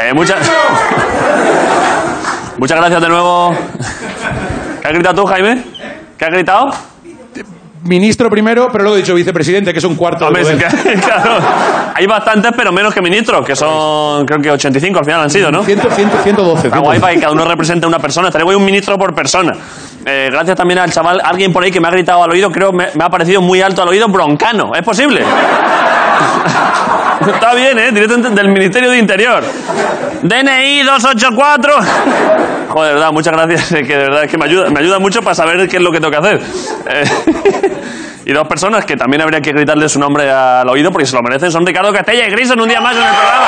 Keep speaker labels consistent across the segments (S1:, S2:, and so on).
S1: Eh, muchas... muchas gracias de nuevo. ¿Qué has gritado tú, Jaime? ¿Qué has gritado?
S2: Ministro primero, pero luego he dicho vicepresidente, que es un cuarto.
S1: Hombre,
S2: de
S1: es
S2: poder.
S1: que- claro, hay bastantes, pero menos que ministros, que son, creo que 85 al final han sido, ¿no?
S2: 100, 100, 112.
S1: Está guay para que cada uno represente a una persona. Estaré guay un ministro por persona. Eh, gracias también al chaval, alguien por ahí que me ha gritado al oído, creo me, me ha parecido muy alto al oído, broncano. ¿Es posible? Está bien, ¿eh? Directo del Ministerio de Interior. DNI 284. Joder, de verdad, muchas gracias. eh, Que de verdad es que me ayuda, me ayuda mucho para saber qué es lo que tengo que hacer. Eh, y dos personas que también habría que gritarle su nombre al oído porque se lo merecen son Ricardo Castella y Grison un día más en el programa.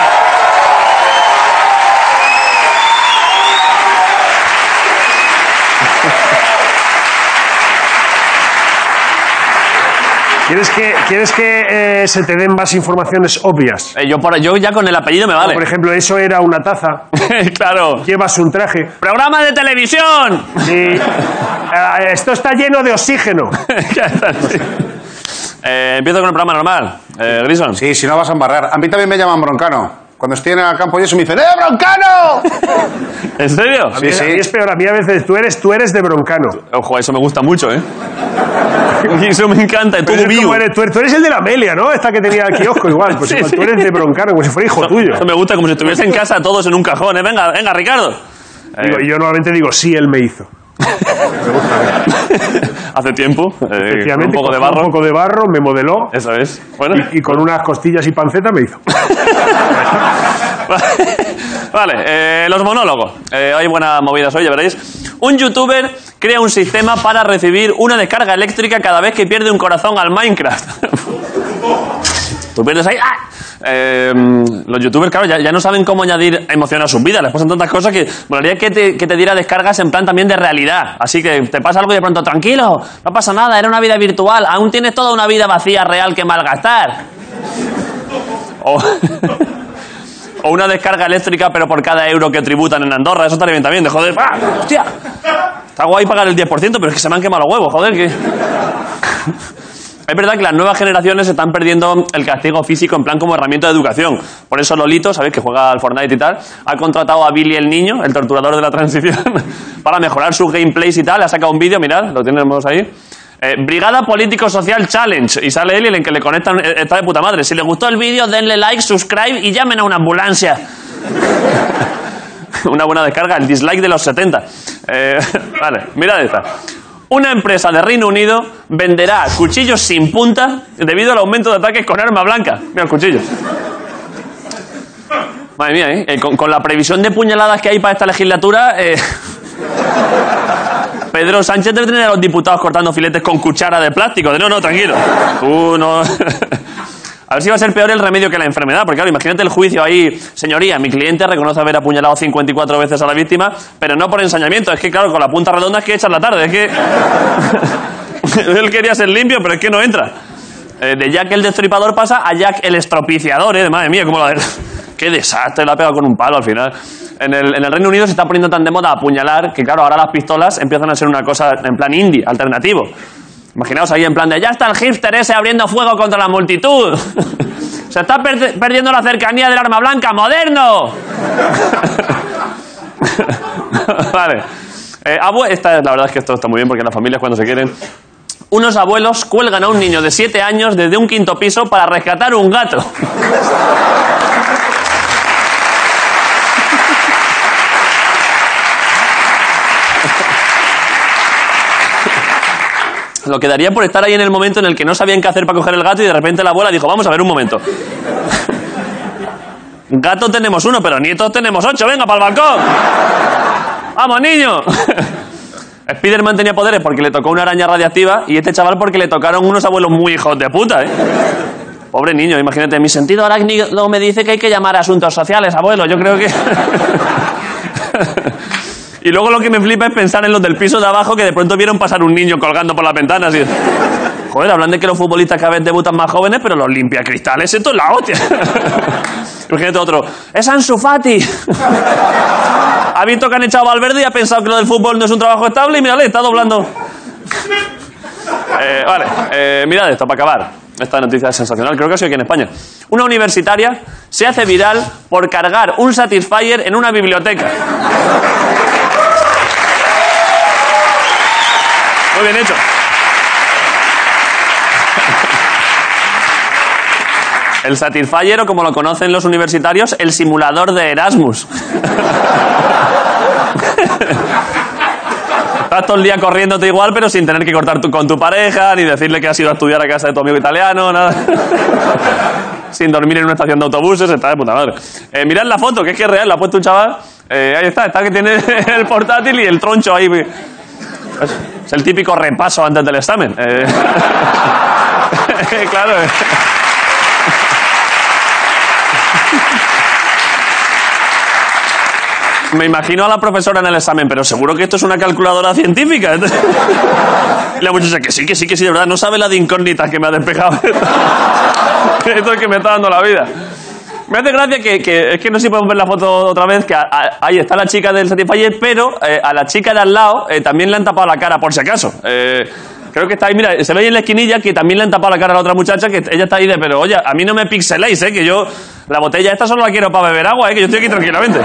S3: ¿Quieres que, quieres que eh, se te den más informaciones obvias?
S1: Eh, yo, por- yo ya con el apellido me vale.
S3: Por ejemplo, eso era una taza.
S1: claro.
S3: Llevas un traje.
S1: ¡Programa de televisión!
S3: Y, ah, esto está lleno de oxígeno.
S1: Eh, empiezo con el programa normal. Eh, Grison.
S4: Sí, si no vas a embarrar. A mí también me llaman Broncano. Cuando estoy en el campo y eso me dicen, ¡Eh, Broncano!
S1: ¿En serio?
S4: Sí,
S3: A
S4: sí.
S3: mí es peor. A mí a veces tú eres, tú eres de broncano.
S1: Ojo, eso me gusta mucho, ¿eh? Y eso me encanta. Y tú,
S3: Pero es
S1: vivo.
S3: como eres- tú, eres, tú eres el de la Amelia, ¿no? Esta que tenía el kiosco igual. Pues
S1: Sí,
S3: igual,
S1: sí.
S3: tú eres de broncano, como si fuera hijo tuyo.
S1: Eso me gusta, como si estuviese en casa todos en un cajón, ¿eh? Venga, venga, Ricardo.
S3: Digo, yo normalmente digo, sí, él me hizo.
S1: Hace tiempo, eh, con un
S3: Efectivamente,
S1: poco de
S3: cogió
S1: barro.
S3: Un poco de barro, me modeló
S1: Eso es. Bueno.
S3: y con unas costillas y panceta me hizo.
S1: vale, eh, los monólogos. Eh, hay buenas movidas hoy, ya veréis. Un youtuber crea un sistema para recibir una descarga eléctrica cada vez que pierde un corazón al Minecraft. Tú pierdes ahí. ¡ah! Eh, los youtubers, claro, ya, ya no saben cómo añadir emoción a sus vidas. Les pasan tantas cosas que molaría que te, que te diera descargas en plan también de realidad. Así que te pasa algo y de pronto, tranquilo, no pasa nada, era una vida virtual. Aún tienes toda una vida vacía real que malgastar. O, o una descarga eléctrica, pero por cada euro que tributan en Andorra. Eso estaría bien también, de joder. ¡Ah! ¡Hostia! Está guay pagar el 10%, pero es que se me han quemado los huevos, joder. Que... Es verdad que las nuevas generaciones están perdiendo el castigo físico en plan como herramienta de educación. Por eso Lolito, ¿sabéis que juega al Fortnite y tal? Ha contratado a Billy el niño, el torturador de la transición, para mejorar sus gameplays y tal. Ha sacado un vídeo, mirad, lo tenemos ahí. Eh, Brigada Político Social Challenge. Y sale él y el que le conectan eh, está de puta madre. Si les gustó el vídeo, denle like, subscribe y llamen a una ambulancia. una buena descarga, el dislike de los 70. Eh, vale, mirad esta. Una empresa de Reino Unido venderá cuchillos sin punta debido al aumento de ataques con arma blanca. Mira el cuchillo. Madre mía, ¿eh? Eh, con, con la previsión de puñaladas que hay para esta legislatura, eh, Pedro Sánchez debe tener a los diputados cortando filetes con cuchara de plástico. De no, no, tranquilo. Tú no. A ver si va a ser peor el remedio que la enfermedad, porque claro, imagínate el juicio ahí, señoría, mi cliente reconoce haber apuñalado 54 veces a la víctima, pero no por ensañamiento, es que claro, con la punta redonda es que echas la tarde, es que él quería ser limpio, pero es que no entra. Eh, de Jack el destripador pasa a Jack el estropiciador, ¿eh? Madre mía, cómo la... Qué desastre, la ha pegado con un palo al final. En el, en el Reino Unido se está poniendo tan de moda apuñalar que, claro, ahora las pistolas empiezan a ser una cosa en plan indie, alternativo. Imaginaos ahí en plan de, ya está el hipster ese abriendo fuego contra la multitud. se está per- perdiendo la cercanía del arma blanca, moderno. vale. Eh, abue- esta, la verdad es que esto está muy bien porque las familias cuando se quieren unos abuelos cuelgan a un niño de 7 años desde un quinto piso para rescatar un gato. Lo que daría por estar ahí en el momento en el que no sabían qué hacer para coger el gato y de repente la abuela dijo, vamos a ver un momento. Gato tenemos uno, pero nietos tenemos ocho. Venga, para el balcón. ¡Vamos, niño! Spiderman tenía poderes porque le tocó una araña radiactiva y este chaval porque le tocaron unos abuelos muy hijos de puta, ¿eh? Pobre niño, imagínate, mi sentido arácnido me dice que hay que llamar a asuntos sociales, abuelo. Yo creo que... y luego lo que me flipa es pensar en los del piso de abajo que de pronto vieron pasar un niño colgando por las ventanas y... Joder, hablan de que los futbolistas cada vez debutan más jóvenes, pero los limpiacristales, esto es la hostia. imagínate otro, es Ansu Fati. Ha visto que han echado a Valverde y ha pensado que lo del fútbol no es un trabajo estable y mírale, está doblando. Eh, vale, eh, mirad esto para acabar. Esta noticia es sensacional, creo que ha sido aquí en España. Una universitaria se hace viral por cargar un Satisfyer en una biblioteca. Muy bien hecho. El Satisfyer, o como lo conocen los universitarios, el simulador de Erasmus. Estás todo el día corriéndote igual, pero sin tener que cortar tu- con tu pareja, ni decirle que has ido a estudiar a casa de tu amigo italiano, nada. sin dormir en una estación de autobuses, está de puta madre. Eh, mirad la foto, que es que es real, la ha puesto un chaval. Eh, ahí está, está que tiene el portátil y el troncho ahí. Es- Es el típico repaso antes del examen. Eh, claro. eh. Me imagino a la profesora en el examen, pero seguro que esto es una calculadora científica. Y la muchacha, que sí, que sí, que sí, de verdad, no sabe la de incógnitas que me ha despejado. esto es que me está dando la vida. Me hace gracia que, que- es que no sé si podemos ver la foto otra vez, que a- a- ahí está la chica del Satisfyer, pero eh, a la chica de al lado eh, también le han tapado la cara, por si acaso. Eh, creo que está ahí, mira, se ve ahí en la esquinilla que también le han tapado la cara a la otra muchacha, que ella está ahí de, pero oye, a mí no me pixeléis, eh, que yo la botella esta solo la quiero para beber agua, eh, que yo estoy aquí tranquilamente.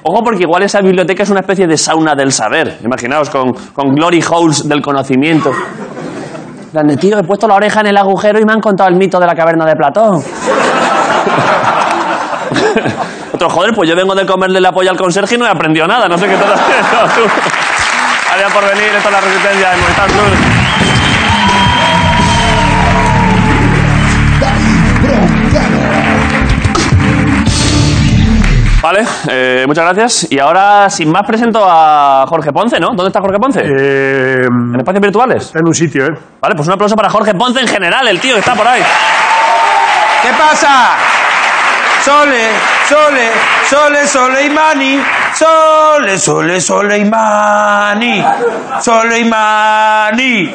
S1: Ojo, porque igual esa biblioteca es una especie de sauna del saber. Imaginaos, con, con glory holes del conocimiento. Donde, tío, he puesto la oreja en el agujero y me han contado el mito de la caverna de Platón. Otro, joder, pues yo vengo de comerle la polla al conserje y no he aprendido nada. No sé qué estás haciendo tú. Gracias por venir. Esta es la resistencia de Movistar Plus. Vale, eh, muchas gracias. Y ahora, sin más, presento a Jorge Ponce, ¿no? ¿Dónde está Jorge Ponce?
S3: Eh,
S1: En espacios virtuales.
S3: está en un sitio, ¿eh?
S1: Vale, pues un aplauso para Jorge Ponce en general, el tío que está por ahí.
S5: ¿Qué pasa? Sole, sole, sole, sole y mani. Sole, sole, sole y mani. Sole y mani. Eh,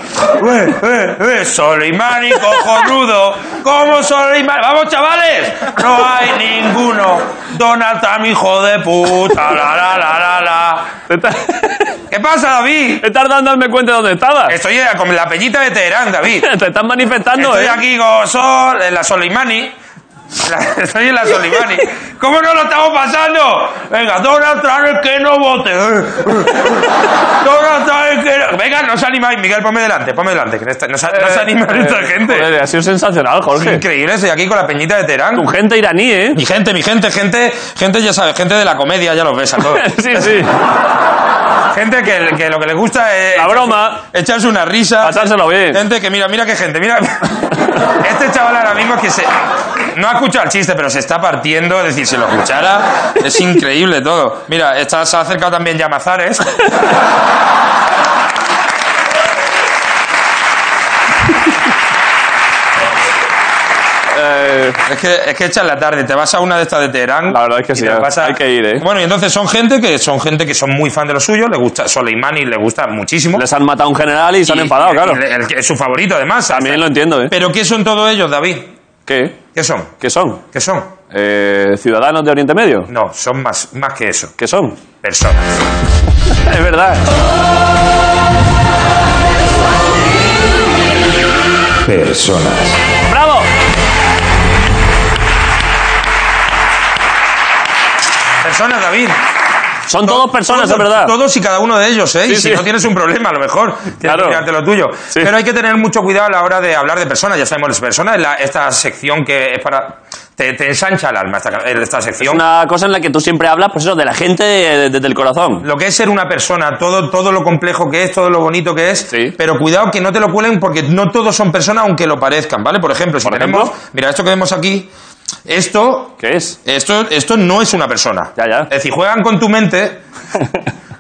S5: eh, eh, Sole y mani, cojonudo. ¿Cómo sole y mani? ¡Vamos, chavales! No hay ninguno. Donatan, hijo de puta. La, la, la, la, la.
S1: Te ta-
S5: ¿Qué pasa, David?
S1: Te tardan en darme cuenta de dónde estabas.
S5: Estoy eh, con la peñita de Teherán, David.
S1: Te están manifestando,
S5: Estoy
S1: ¿eh?
S5: aquí con Sol, en la Soleimani. La- estoy en la Soleimani. ¿Cómo no lo estamos pasando? Venga, Donald Trump que no vote. Eh, eh, eh. Donald Trump que no... Venga, no os animáis. Miguel, ponme delante, ponme delante. Que no, está- no se- no se anima esta
S1: Eh,
S5: gente.
S1: joder, ha sido sensacional, Jorge.
S5: Increíble, estoy aquí con la peñita de Terán.
S1: Con gente iraní, ¿eh?
S5: Mi gente, mi gente, gente, gente, ya sabes, gente de la comedia, ya los ves a todos.
S1: Sí, sí.
S5: Gente que, que lo que les gusta es...
S1: La broma.
S5: Echarse una risa.
S1: Pasárselo bien.
S5: Gente que mira, mira qué gente, mira. Este chaval ahora mismo que se. No ha escuchado el chiste, pero se está partiendo. Es decir, si lo escuchara, es increíble todo. Mira, está, se ha acercado también Yamazares.
S1: Eh,
S5: Es que, es que echas la tarde, te vas a una de estas de Teherán.
S1: La verdad es que
S5: y
S1: sí,
S5: te
S1: hay-
S5: vas a-
S1: hay que ir, ¿eh?
S5: Bueno, y entonces son gente que son gente que son muy fan de lo suyo, le gusta Soleimani, le gusta muchísimo.
S1: les han matado a un general y se han enfadado,
S5: Y-
S1: claro.
S5: y el que es su favorito, además.
S1: También lo entiendo, ¿eh?
S5: Pero ¿qué son todos ellos, David?
S1: ¿Qué?
S5: ¿Qué son?
S1: ¿Qué son?
S5: ¿Qué son?
S1: Eh, ¿Ciudadanos de Oriente Medio?
S5: No, son más, más que eso.
S1: ¿Qué son?
S5: Personas.
S1: Es verdad.
S6: Personas.
S1: ¡Bravo!
S5: Personas, David.
S1: Son todos personas,
S5: Todos-
S1: es verdad.
S5: Todos y cada uno de ellos, ¿eh?
S1: Sí,
S5: y si
S1: sí.
S5: no tienes un problema, a lo mejor. Tienes
S1: Claro.
S5: que mirarte lo tuyo.
S1: Sí.
S5: Pero hay que tener mucho cuidado a la hora de hablar de personas. Ya sabemos, las personas es la- esta sección que es para. Te, te ensancha el alma esta, esta sección.
S1: Una cosa en la que tú siempre hablas, pues eso, de la gente desde el corazón.
S5: Lo que es ser una persona, todo, todo lo complejo que es, todo lo bonito que es,
S1: Sí.
S5: pero cuidado que no te lo cuelen porque no todos son personas aunque lo parezcan, ¿vale? Por ejemplo, si
S1: Por
S5: tenemos,
S1: ejemplo.
S5: mira, esto que vemos aquí, esto,
S1: ¿Qué es?
S5: esto, esto no es una persona.
S1: Ya, ya.
S5: Es decir, juegan con tu mente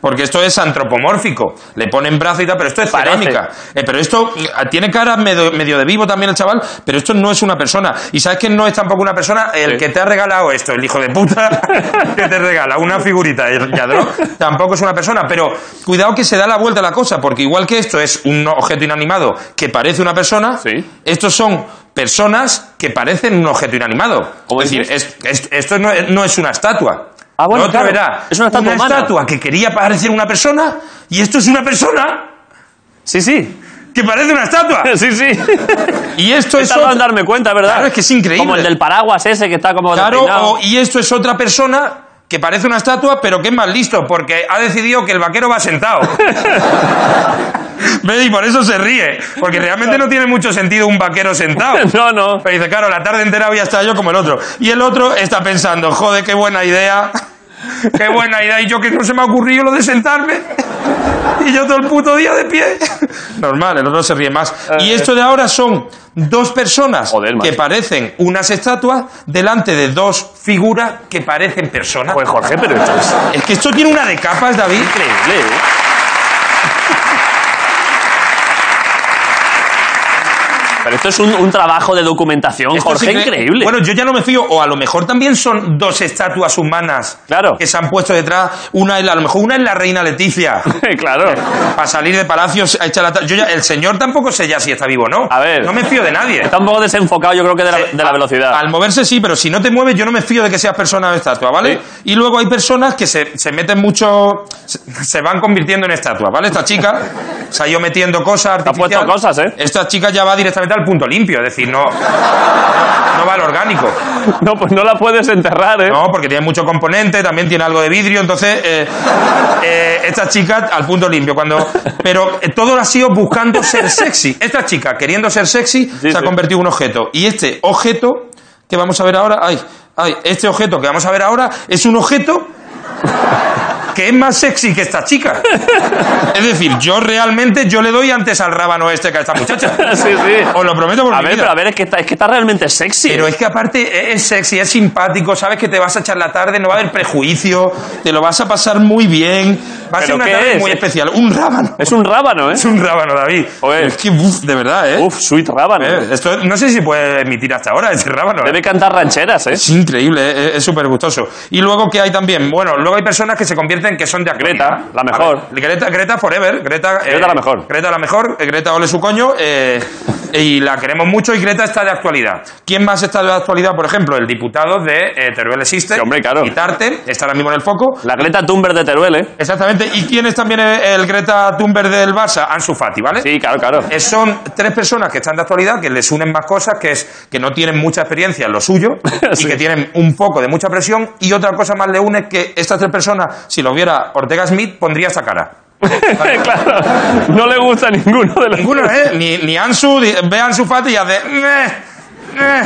S5: Porque esto es antropomórfico. Le ponen brazo y tal, pero esto es
S1: Parece.
S5: cerámica. Eh, pero esto eh, tiene cara medio, medio de vivo también el chaval, pero esto no es una persona. Y sabes que no es tampoco una persona el
S1: Sí.
S5: que te ha regalado esto, el hijo de puta que te regala una figurita de Yadro. Tampoco es una persona, pero cuidado que se da la vuelta a la cosa, porque igual que esto es un objeto inanimado que parece una persona,
S1: Sí.
S5: estos son personas que parecen un objeto inanimado.
S1: ¿Cómo
S5: es decir,
S1: dices?
S5: es- es- esto no es, no es una estatua.
S1: Ah, bueno,
S5: Lo otro
S1: claro.
S5: era
S1: Es una estatua humana.
S5: estatua que quería parecer una persona y esto es una persona.
S1: Sí, sí.
S5: que parece una estatua.
S1: Sí, sí.
S5: Y esto
S1: He
S5: es
S1: tardado en
S5: otra-
S1: darme cuenta, ¿verdad?
S5: Claro, es que es increíble.
S1: Como el del paraguas ese que está como
S5: Claro,
S1: despeinado.
S5: o- y esto es otra persona que parece una estatua, pero que es más listo, porque ha decidido que el vaquero va sentado. ¿Ves? Y por eso se ríe, porque realmente no tiene mucho sentido un vaquero sentado.
S1: No, no.
S5: Pero dice, claro, la tarde entera voy a estar yo como el otro. Y el otro está pensando, joder, qué buena idea, qué buena idea. Y yo que no se me ha ocurrido lo de sentarme. Y yo todo el puto día de pie. Normal, el otro se ríe más. Y esto de ahora son dos personas
S1: Eh. Joder, macho.
S5: que parecen unas estatuas delante de dos figuras que parecen personas.
S1: Pues Jorge, pero esto es
S5: Es que esto tiene una de capas, David.
S1: increíble. ¿eh? Pero esto es un, un trabajo de documentación,
S5: Esto es
S1: Jorge, increíble.
S5: Bueno, yo ya no me fío, o a lo mejor también son dos estatuas humanas
S1: Claro.
S5: que se han puesto detrás. Una es la, a lo mejor una es la reina Leticia.
S1: claro.
S5: Para salir de palacios a echar la ta- yo ya- El señor tampoco sé ya si está vivo o no.
S1: A ver.
S5: No me fío de nadie.
S1: Está un poco desenfocado, yo creo que de la, de la velocidad.
S5: Al moverse sí, pero si no te mueves, yo no me fío de que seas persona o estatua, ¿vale? Y luego hay personas que se, se meten mucho. Se, se van convirtiendo en estatuas, ¿vale? Esta chica se ha ido metiendo cosas
S1: ha puesto
S5: artificiales.
S1: cosas, ¿eh?
S5: Esta chica ya va directamente al punto limpio, es decir, no. No va al orgánico.
S1: No, pues no la puedes enterrar, ¿eh?
S5: No, porque tiene mucho componente, también tiene algo de vidrio, entonces eh, eh, esta chica al punto limpio. Cuando, pero eh, todo lo ha sido buscando ser sexy. Esta chica, queriendo ser sexy, se ha
S1: sí.
S5: convertido en un objeto. Y este objeto que vamos a ver ahora, ay, ay, este objeto que vamos a ver ahora es un objeto que es más sexy que esta chica. Es decir, yo realmente yo le doy antes al rábano este que a esta muchacha.
S1: Sí, sí.
S5: Os lo prometo por
S1: A
S5: mi
S1: ver,
S5: vida.
S1: pero a ver, es que está, es que está realmente sexy.
S5: Pero es que aparte e-, es es sexy, es simpático, sabes que te vas a echar la tarde, no va a haber prejuicio, te lo vas a pasar muy bien. Va a ser
S1: ¿Pero
S5: una
S1: qué
S5: tarde
S1: es?
S5: muy especial. Un rábano.
S1: Es un rábano, ¿eh?
S5: Es un rábano, David.
S1: Joder.
S5: Es que, uf, de verdad, ¿eh?
S1: Uf, sweet rábano.
S5: Eh, esto, no sé si puede emitir hasta ahora ese rábano. ¿eh?
S1: Debe cantar rancheras, ¿eh?
S5: Es increíble, eh, es súper gustoso. Y luego que hay también, bueno, luego hay personas que se convierten que son de acrónimo.
S1: Greta, la
S5: A
S1: mejor.
S5: ver, Greta, Greta Forever, Greta, eh,
S1: Greta la mejor.
S5: Greta la mejor, eh, Greta ole su coño, eh, y la queremos mucho y Greta está de actualidad. ¿Quién más está de actualidad? Por ejemplo, el diputado de eh, Teruel Existe.
S1: Sí, hombre, claro.
S5: Y Tarte, está ahora mismo en el foco.
S1: La Greta Thunberg de Teruel, ¿eh?
S5: Exactamente. ¿Y quién es también el, el Greta Thunberg del Barça? Ansu Fati, ¿vale?
S1: Sí, claro, claro.
S5: Eh, Son tres personas que están de actualidad, que les unen más cosas, que es que no tienen mucha experiencia en lo suyo
S1: Sí.
S5: y que tienen un poco de mucha presión. Y otra cosa más le une es que estas tres personas, si los viera Ortega Smith, pondría esta cara.
S1: claro. No le gusta ninguno de los.
S5: Ninguno, ¿eh? Ni, ni Ansu, di- ve a Ansu Fati y hace... "Meh, meh,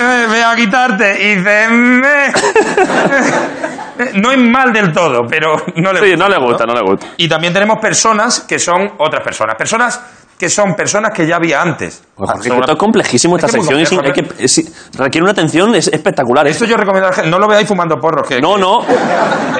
S5: eh, ve a quitarte y dice... "Meh, eh". No es mal del todo, pero no le
S1: Sí, no le gusta, no le gusta.
S5: Y también tenemos personas que son otras personas. Personas que son personas que ya había antes.
S1: Jorge, que esto es complejísimo esta
S5: Es que es muy
S1: sección. es un-
S5: complejo,
S1: hay que- es- requiere una atención es- espectacular. ¿eh?
S5: Esto yo recomiendo a la gente. No lo veáis fumando porros. Que,
S1: No, no.
S5: Eh,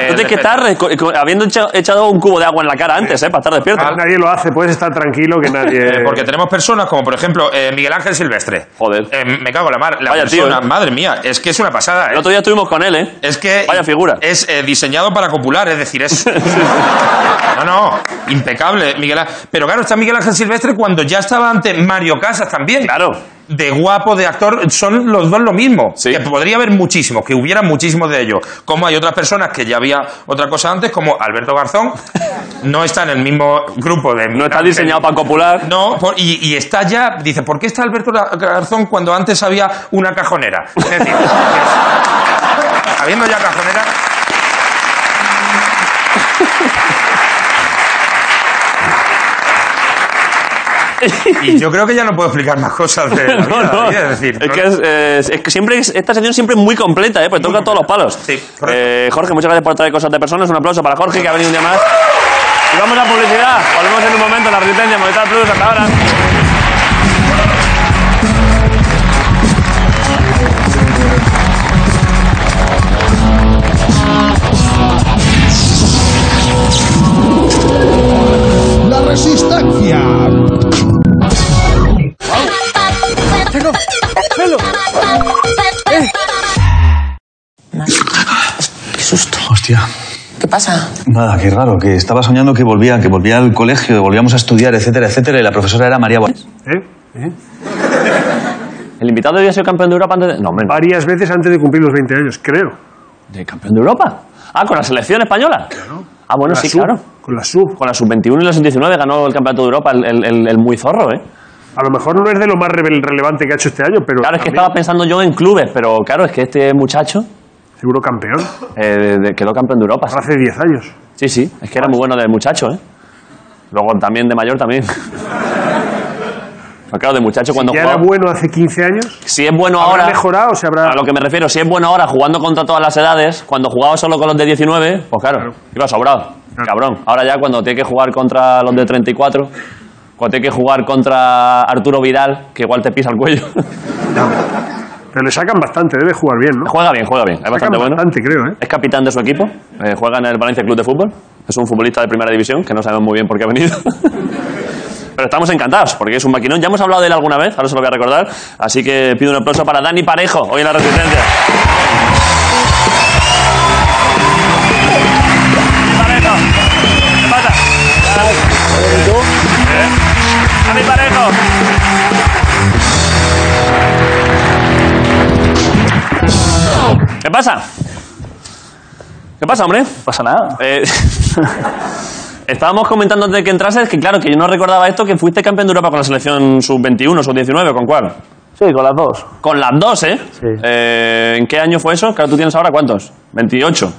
S1: Tú tienes que estar reco- co- habiendo echa- echado un cubo de agua en la cara antes, ¿eh? Para estar despierto.
S3: Ah, nadie lo hace, puedes estar tranquilo que nadie.
S5: Eh, Porque tenemos personas como, por ejemplo, eh, Miguel Ángel Silvestre.
S1: Joder.
S5: Eh, me cago en la mar. La
S1: Vaya tío,
S5: persona,
S1: eh.
S5: madre mía, es que es una pasada.
S1: El
S5: eh.
S1: otro día estuvimos con él, ¿eh?
S5: Es que.
S1: Vaya figura.
S5: Es eh, diseñado para copular, es decir, es. no, no, impecable, Miguel Ángel. Pero claro, está Miguel Ángel Silvestre cuando ya estaba ante Mario Casas también.
S1: Claro.
S5: De guapo, de actor, son los dos lo mismo.
S1: Sí.
S5: Que podría haber muchísimos, que hubiera muchísimos de ellos. Como hay otras personas que ya había otra cosa antes, como Alberto Garzón, no está en el mismo grupo de.
S1: No está diseñado para copular.
S5: No, por- y, y está ya. Dice, ¿por qué está Alberto Gar- Garzón cuando antes había una cajonera? Es decir, habiendo ya cajonera. Y yo creo que ya no puedo explicar más cosas de la vida,
S1: No, no.
S5: David, es decir,
S1: Es
S5: no-
S1: que, es, eh, es que siempre, es- esta sección siempre es muy completa, ¿eh? Porque toca todos los palos.
S5: Sí, correcto.
S1: Eh, Jorge, muchas gracias por traer cosas de personas. Un aplauso para Jorge, que ha venido un día más. Y vamos a publicidad. Volvemos en un momento. La Resistencia, Movistar Plus, hasta ahora.
S7: La resistencia.
S8: Tengo pelo.
S9: Qué susto. Hostia.
S10: ¿Qué pasa?
S9: Nada, qué raro, que estaba soñando que volvía, que volvía al colegio, que volvíamos a estudiar, etcétera, etcétera, y la profesora era María Guas.
S3: ¿Eh?
S1: El invitado había sido campeón de Europa antes de... No, hombre, no.
S3: Varias
S1: Ah,
S3: veces antes de cumplir los 20 años, creo.
S1: ¿De campeón de Europa? Ah, con la selección española. Ah, bueno,
S3: la
S1: sí,
S3: sub,
S1: claro.
S3: Con la sub.
S1: Con la sub-21 y la sub-19 ganó el Campeonato de Europa el, el- el- el muy zorro, ¿eh?
S3: A lo mejor no es de lo más revel- relevante que ha hecho este año, pero
S1: Claro, es que
S3: también
S1: estaba pensando yo en clubes, pero claro, es que este muchacho
S3: seguro campeón.
S1: eh, de- de- quedó campeón de Europa. sí.
S3: Hace 10 años.
S1: Sí, sí, es que era muy bueno de muchacho, ¿eh? Luego también de mayor también. Pero claro, de muchacho cuando
S3: Ya
S1: jugaba-
S3: era bueno hace 15 años.
S1: Si es bueno
S3: ¿Habrá
S1: ahora.
S3: mejorado o se habrá.?
S1: A lo que me refiero, si es bueno ahora jugando contra todas las edades, cuando jugaba solo con los de 19, pues claro, iba sobrado. Cabrón. Ahora ya cuando tiene que jugar contra los de 34, cuando tiene que jugar contra Arturo Vidal, que igual te pisa el cuello.
S3: Pero le sacan bastante, debe jugar bien, ¿no?
S1: juega bien, juega bien. Es
S3: Sacan
S1: bastante bueno.
S3: bastante, creo, ¿eh?
S1: Es capitán de su equipo, eh, juega en el Valencia Club de Fútbol. Es un futbolista de primera división, que no sabemos muy bien por qué ha venido. Pero estamos encantados, porque es un maquinón. Ya hemos hablado de él alguna vez, ahora se lo voy a recordar. Así que pido un aplauso para Dani Parejo, hoy en La Resistencia. Parejo. ¿Qué pasa? ¿Eh? Dani Parejo. ¿Qué pasa? ¿Qué pasa, hombre?
S10: No pasa nada.
S1: Eh, estábamos comentando antes de que entrases que, claro, que yo no recordaba esto, que fuiste campeón de Europa con la selección sub-21, sub-19, ¿con cuál?
S10: Sí, con las dos.
S1: Con las dos, ¿eh?
S10: Sí.
S1: Eh, ¿En qué año fue eso? Claro, tú tienes ahora cuántos? 28.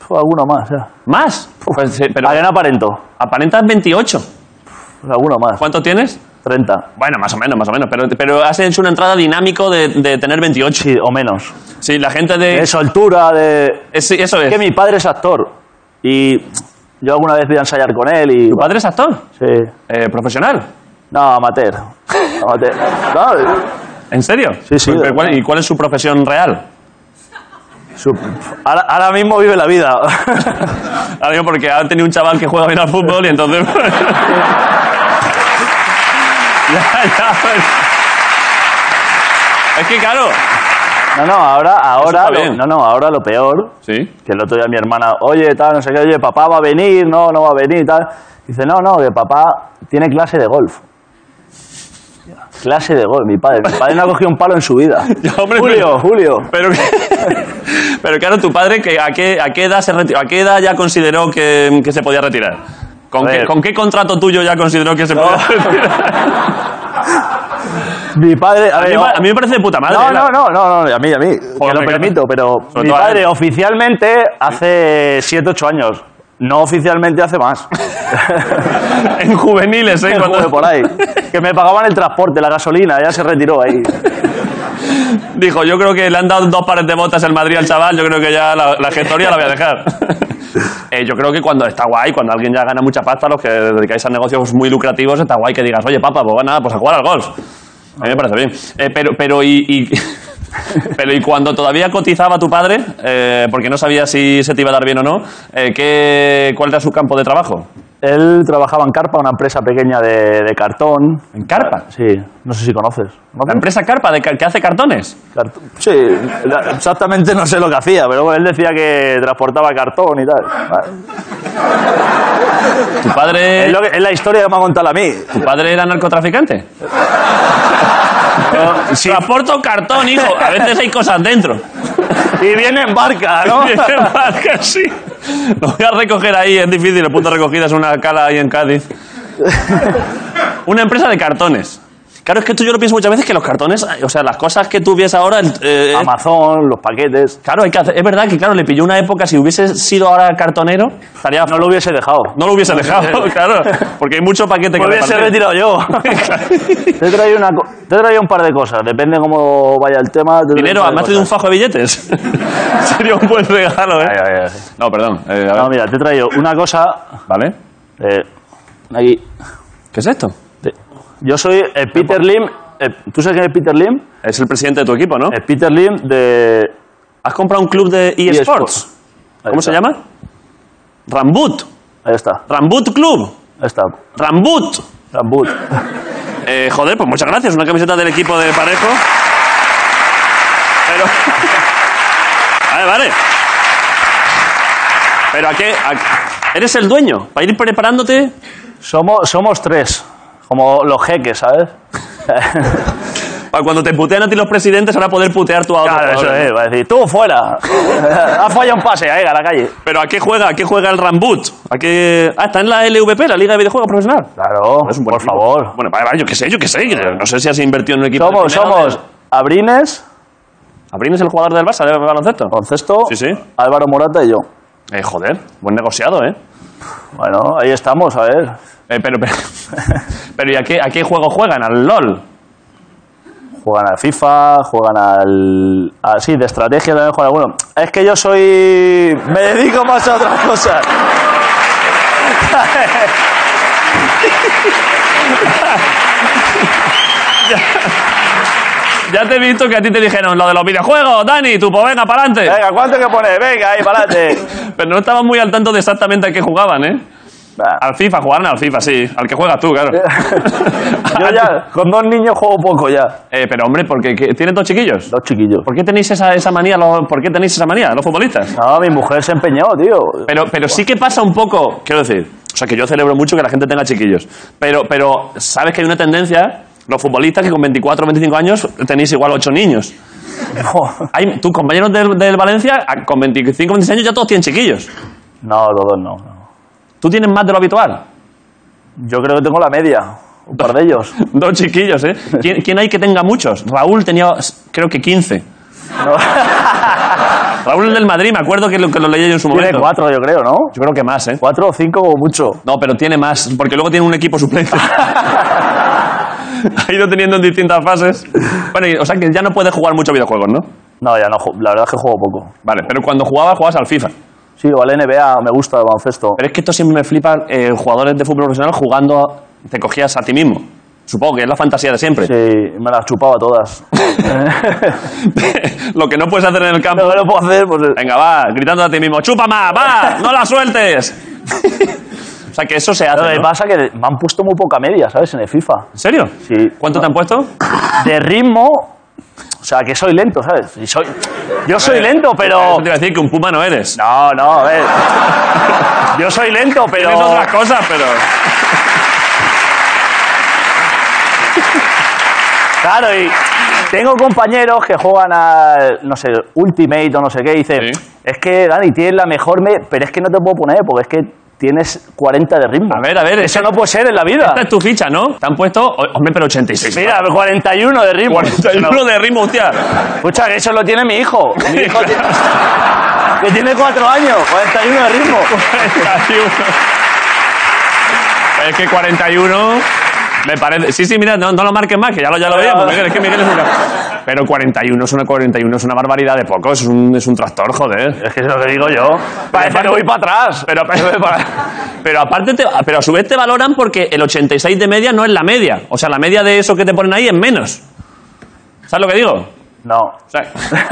S10: Fue alguno más, ya.
S1: ¿Más? Pues, sí, pero
S10: A que no aparento.
S1: aparentas 28.
S10: Pues alguno más.
S1: ¿Cuánto tienes?
S10: 30.
S1: Bueno, más o menos, más o menos. Pero, pero has hecho una entrada dinámico de, de tener 28.
S10: Sí, o menos.
S1: Sí, la gente de...
S10: De soltura, de...
S1: Eh, sí, eso
S10: Es
S1: es.
S10: que mi padre es actor. Y yo alguna vez voy a ensayar con él y...
S1: ¿Tu padre es actor?
S10: Sí.
S1: Eh, ¿Profesional?
S10: No, amateur. Amateur. No,
S1: ¿En serio?
S10: Sí, sí.
S1: Pero ¿cuál- ¿Y cuál es su profesión real?
S10: su- ahora, ahora mismo vive la vida.
S1: Ahora digo porque ha tenido un chaval que juega bien al fútbol y entonces. pues, ya, ya, bueno. Es que claro.
S10: No, no, ahora, ahora,
S1: Eso está
S10: lo-
S1: bien.
S10: no, no, ahora lo peor,
S1: Sí.
S10: que el otro día mi hermana, oye, tal, no sé qué, oye, papá va a venir, no, no va a venir, tal. Dice, no, no, que papá tiene clase de golf. Clase de golf, mi padre. Mi padre no ha cogido un palo en su vida.
S1: Ya, hombre,
S10: Julio,
S1: pero-
S10: Julio.
S1: Pero, pero claro, tu padre, que a, qué, ¿a qué edad se retiró? ¿A qué edad ya consideró que, que se podía retirar? ¿Con
S10: A
S1: qué,
S10: ver.
S1: con qué contrato tuyo ya consideró que se podía retirar?
S10: Mi padre, a
S1: A mí,
S10: ver,
S1: me-
S10: o-
S1: a mí me parece de puta madre. ¿eh?
S10: no,
S1: la-
S10: no, no, no, no, a mí, a mí,
S1: Joder, me
S10: que lo
S1: encanta.
S10: permito, pero
S1: Sobre
S10: mi
S1: todo a él.
S10: padre oficialmente hace 7, 8 años, no oficialmente hace más.
S1: en juveniles, ¿eh?
S10: Que
S1: Cuando-
S10: juegue por ahí. Que me pagaban el transporte, la gasolina, ya se retiró ahí.
S1: Dijo, yo creo que le han dado dos pares de botas el Madrid al chaval, yo creo que ya la, la gestoría la voy a dejar. Eh, yo creo que cuando está guay, cuando alguien ya gana mucha pasta, los que dedicáis a negocios muy lucrativos, está guay que digas, oye, papá, pues nada, pues a jugar al golf. A mí me parece bien. Eh, pero, pero, y, y- pero, y cuando todavía cotizaba tu padre, eh, porque no sabía si se te iba a dar bien o no, eh, ¿qué, ¿cuál era su campo de trabajo?
S10: Él trabajaba en Carpa, una empresa pequeña de, de cartón.
S1: ¿En Carpa?
S10: Sí, no sé si conoces. ¿No
S1: La empresa Carpa, de, ca- que hace cartones.
S10: Cart- Sí, la- exactamente no sé lo que hacía, pero bueno, él decía que transportaba cartón y tal. Vale.
S1: Tu padre,
S10: Es, lo que- es la historia que me ha contado a mí.
S1: tu padre era narcotraficante.
S10: Yo- sí.
S1: Transporto cartón, hijo. A veces hay cosas dentro.
S10: Y viene en barca, ¿no?
S1: Que sí. Lo voy a recoger ahí, es difícil. El punto de recogida es una cala ahí en Cádiz. Una empresa de cartones. Claro, es que esto yo lo pienso muchas veces que los cartones, o sea, las cosas que tú ves ahora. el- eh, es-
S10: Amazon, los paquetes.
S1: claro, hay que hacer- es verdad que, claro, le pilló una época, si hubiese sido ahora cartonero, estaría.
S10: No lo hubiese dejado.
S1: No lo hubiese dejado, claro. Porque hay mucho paquete que
S10: Me hubiese
S1: repartir.
S10: retirado yo. te, he traído una, co- te he traído un par de cosas, depende cómo vaya el tema. te he traído
S1: Dinero,
S10: un
S1: además
S10: par de
S1: te doy un
S10: cosas.
S1: fajo de billetes. Sería un buen regalo, ¿eh?
S10: Ay, ay, ay.
S1: No, perdón. eh, a
S10: No,
S1: ver.
S10: mira, te he traído una cosa
S1: ¿Vale?
S10: Eh, aquí.
S1: ¿Qué es esto?
S10: Te- Yo soy el Peter Lim. el- ¿Tú sabes quién es Peter Lim?
S1: Es el presidente de tu equipo, ¿no?
S10: El Peter Lim de.
S1: Has comprado un club de eSports.
S10: eSports. Ahí
S1: ¿Cómo
S10: está.
S1: se llama? Rambut.
S10: Ahí está.
S1: Rambut Club.
S10: Ahí está.
S1: Rambut.
S10: Rambut.
S1: Eh, joder, pues muchas gracias. Una camiseta del equipo de Parejo. Pero. Vale, vale. Pero a qué. a- Eres el dueño. Para ir preparándote.
S10: Somos, somos tres. Como los jeques, ¿sabes?
S1: Para cuando te putean a ti los presidentes, ahora poder putear tú a otro.
S10: Claro, eso
S1: jugador.
S10: es. Va a decir, tú fuera. Has fallado un pase, ahí, a la calle.
S1: Pero ¿a qué juega? ¿A qué juega el Rambut? ¿A qué... Ah, está en la LVP, la Liga de Videojuegos Profesional.
S10: Claro, por favor.
S1: Bueno, vale, vale, yo qué sé, yo qué sé. No sé si has invertido en un equipo. de
S10: Somos,
S1: primera o de-
S10: somos Abrines,
S1: ¿Abrines el jugador del Barça de baloncesto?
S10: Concesto,
S1: Sí, sí.
S10: Álvaro Morata y yo.
S1: Eh, joder, buen negociado, ¿eh?
S10: Bueno, ahí estamos, a ver.
S1: Eh, pero, pero, pero ¿y a qué, a qué juego juegan? ¿Al LOL?
S10: Juegan al FIFA, juegan al. al- sí, de estrategia también juegan alguno. Es que yo soy. Me dedico más a otras cosas.
S1: Ya te he visto que a ti te dijeron lo de los videojuegos, Dani, tú, pues venga, para adelante.
S10: Venga, ¿cuánto hay que poner? Venga, ahí, para adelante.
S1: Pero no estaban muy al tanto de exactamente a qué jugaban, ¿eh? Al FIFA, jugaban al FIFA, sí. Al que juegas tú, claro.
S10: Eh. Yo ya, con dos niños juego poco ya.
S1: Eh, pero hombre, porque ¿qué- ¿tienes dos chiquillos?
S10: Dos chiquillos.
S1: ¿Por qué tenéis esa, esa manía? los- ¿Por qué tenéis esa manía, los futbolistas?
S10: No, mi mujer se empeñó, tío.
S1: Pero, pero sí que pasa un poco, quiero decir, o sea, que yo celebro mucho que la gente tenga chiquillos, pero, pero sabes que hay una tendencia, los futbolistas que con 24 o 25 años tenéis igual 8 niños. Hay, tus compañeros del, del Valencia, a- con 25 o 26 años ya todos tienen chiquillos.
S10: No, los dos no. no.
S1: Tú tienes más de lo habitual.
S10: Yo creo que tengo la media. Un par de ellos.
S1: Dos chiquillos, ¿eh? ¿Quién, quién hay que tenga muchos? Raúl tenía, creo que 15. Raúl el del Madrid, me acuerdo que lo, que lo leí yo en su
S10: Tiene
S1: momento.
S10: cuatro, yo creo, ¿no?
S1: Yo creo que más, ¿eh?
S10: Cuatro o cinco como mucho.
S1: No, pero tiene más, porque luego tiene un equipo suplente. ha ido teniendo en distintas fases. Bueno, y- o sea que ya no puedes jugar mucho videojuegos, ¿no?
S10: No, ya no, ju- la verdad es que juego poco.
S1: Vale, pero cuando jugabas, jugabas al FIFA.
S10: Sí, o al NBA, me gusta el baloncesto.
S1: Pero es que esto siempre me flipa, eh, jugadores de fútbol profesional jugando, a- te cogías a ti mismo. Supongo que es la fantasía de siempre.
S10: Sí, me las chupaba todas.
S1: Lo que no puedes hacer en el campo.
S10: no me lo puedo hacer, pues... eh,
S1: Venga, va, gritando a ti mismo, chupa más, va, no la sueltes. o sea que eso se hace.
S10: Lo que
S1: ¿no?
S10: pasa es que me han puesto muy poca media, ¿sabes? En el FIFA.
S1: ¿En serio?
S10: Sí.
S1: ¿Cuánto te han puesto?
S10: De ritmo... O sea, que soy lento, ¿sabes? Y soy, yo soy lento, pero...
S1: Eso te iba a decir que un puma no eres.
S10: No, no, a ver. Yo soy lento, pero...
S1: Tienes otras cosas, pero.
S10: Claro, y tengo compañeros que juegan al, no sé, Ultimate o no sé qué, y dicen,
S1: Sí.
S10: es que Dani, tienes la mejor, me pero es que no te puedo poner, porque es que tienes 40 de ritmo.
S1: A ver, a ver,
S10: Eso
S1: ese-
S10: no puede ser en la vida.
S1: Esta es tu ficha, ¿no? Te han puesto. o- Hombre, pero 86.
S10: Mira, 41 de ritmo.
S1: 41 de ritmo, hostia.
S10: Escucha, que eso lo tiene mi hijo. Mi hijo tiene- que tiene 4 años, 41 de ritmo.
S1: 41. Es que 41. Me parece. Sí, sí, mira, no, no lo marques más, que ya lo, ya lo veíamos. Miguel, es que Miguel es un. Pero 41 es una 41, es una barbaridad de poco, es un, es un tractor, joder.
S10: Es que es lo que digo yo.
S1: Parece
S10: Parece
S1: que
S10: que voy para atrás.
S1: Pero, pero, pero aparte, te- pero a su vez te valoran porque el 86 de media no es la media. O sea, la media de eso que te ponen ahí es menos. ¿Sabes lo que digo?
S10: No.
S1: O sea,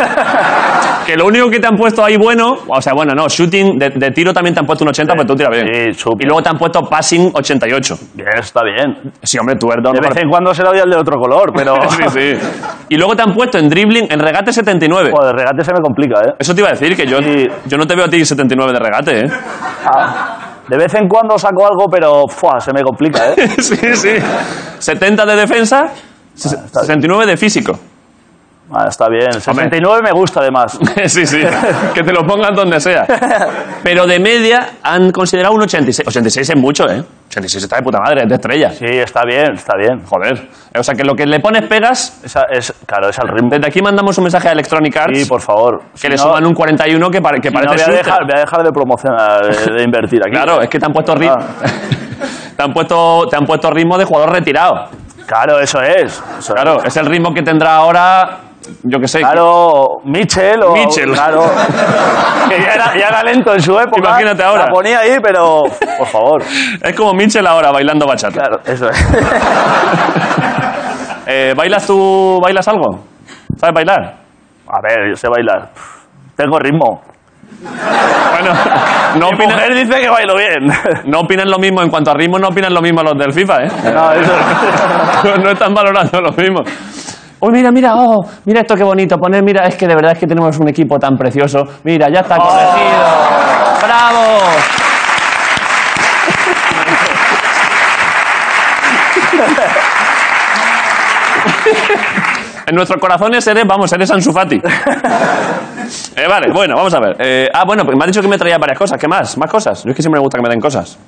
S1: que lo único que te han puesto ahí bueno, o sea, bueno, no, shooting, de, de tiro también te han puesto un 80, pero tú tiras bien.
S10: Sí, súper.
S1: Y luego te han puesto passing 88.
S10: Bien, está bien.
S1: Sí, hombre, tú eres Don
S10: De vez en cuando será el de otro color, pero...
S1: Mar- Sí, sí. Y luego te han puesto en dribbling, en regate 79.
S10: Joder, regate se me complica, ¿eh?
S1: Eso te iba a decir, que yo,
S10: Sí.
S1: yo no te veo a ti 79 de regate, ¿eh?
S10: Ah, de vez en cuando saco algo, pero ¡fua! se me complica, ¿eh?
S1: sí, sí. 70 de defensa, ses- 69 de físico.
S10: Ah, está bien. 69 me gusta, además.
S1: sí, sí. Que te lo pongan donde sea. Pero de media han considerado un 86. 86 es mucho, ¿eh? 86 está de puta madre, es de estrella.
S10: Sí, está bien, está bien.
S1: Joder. O sea, que lo que le pones pegas.
S10: Esa es, claro, es al ritmo.
S1: Desde aquí mandamos un mensaje a Electronic Arts
S10: Sí, por favor.
S1: que
S10: Si
S1: le
S10: no-
S1: suban un 41 que, pare- que
S10: si no,
S1: parece
S10: voy, a
S1: shooter.
S10: dejar, voy a dejar de promocionar, de, de invertir aquí.
S1: Claro, eh. es que te han puesto ritmo.
S10: Ah.
S1: te, han puesto, te han puesto ritmo de jugador retirado.
S10: Claro, eso es. Eso es.
S1: Claro, es el ritmo que tendrá ahora. Yo qué sé.
S10: Claro, Mitchell o.
S1: Mitchell.
S10: Claro. que ya era, ya era lento en su época.
S1: Imagínate ahora.
S10: La ponía ahí, pero. Por favor.
S1: Es como Mitchell ahora bailando bachata.
S10: Claro, eso es.
S1: Eh, ¿Bailas tú? ¿Bailas algo? ¿Sabes bailar?
S10: A ver, yo sé bailar. Tengo ritmo.
S1: Bueno, no
S10: Mi
S1: opinan,
S10: mujer dice que bailo bien.
S1: no opinan lo mismo en cuanto a ritmo, no opinan lo mismo los del FIFA, ¿eh?
S10: No, eso
S1: No, no están valorando lo mismo. Uy, mira, mira, oh, mira esto qué bonito. Poner, mira, es que de verdad es que tenemos un equipo tan precioso. Mira, ya está corregido. ¡Bravo! En nuestros corazones eres, vamos, eres Ansu Fati. Eh, vale, bueno, vamos a ver. Eh, ah, bueno, pues me han dicho que me traía varias cosas. ¿Qué más? ¿Más cosas? Yo es que siempre me gusta que me den cosas.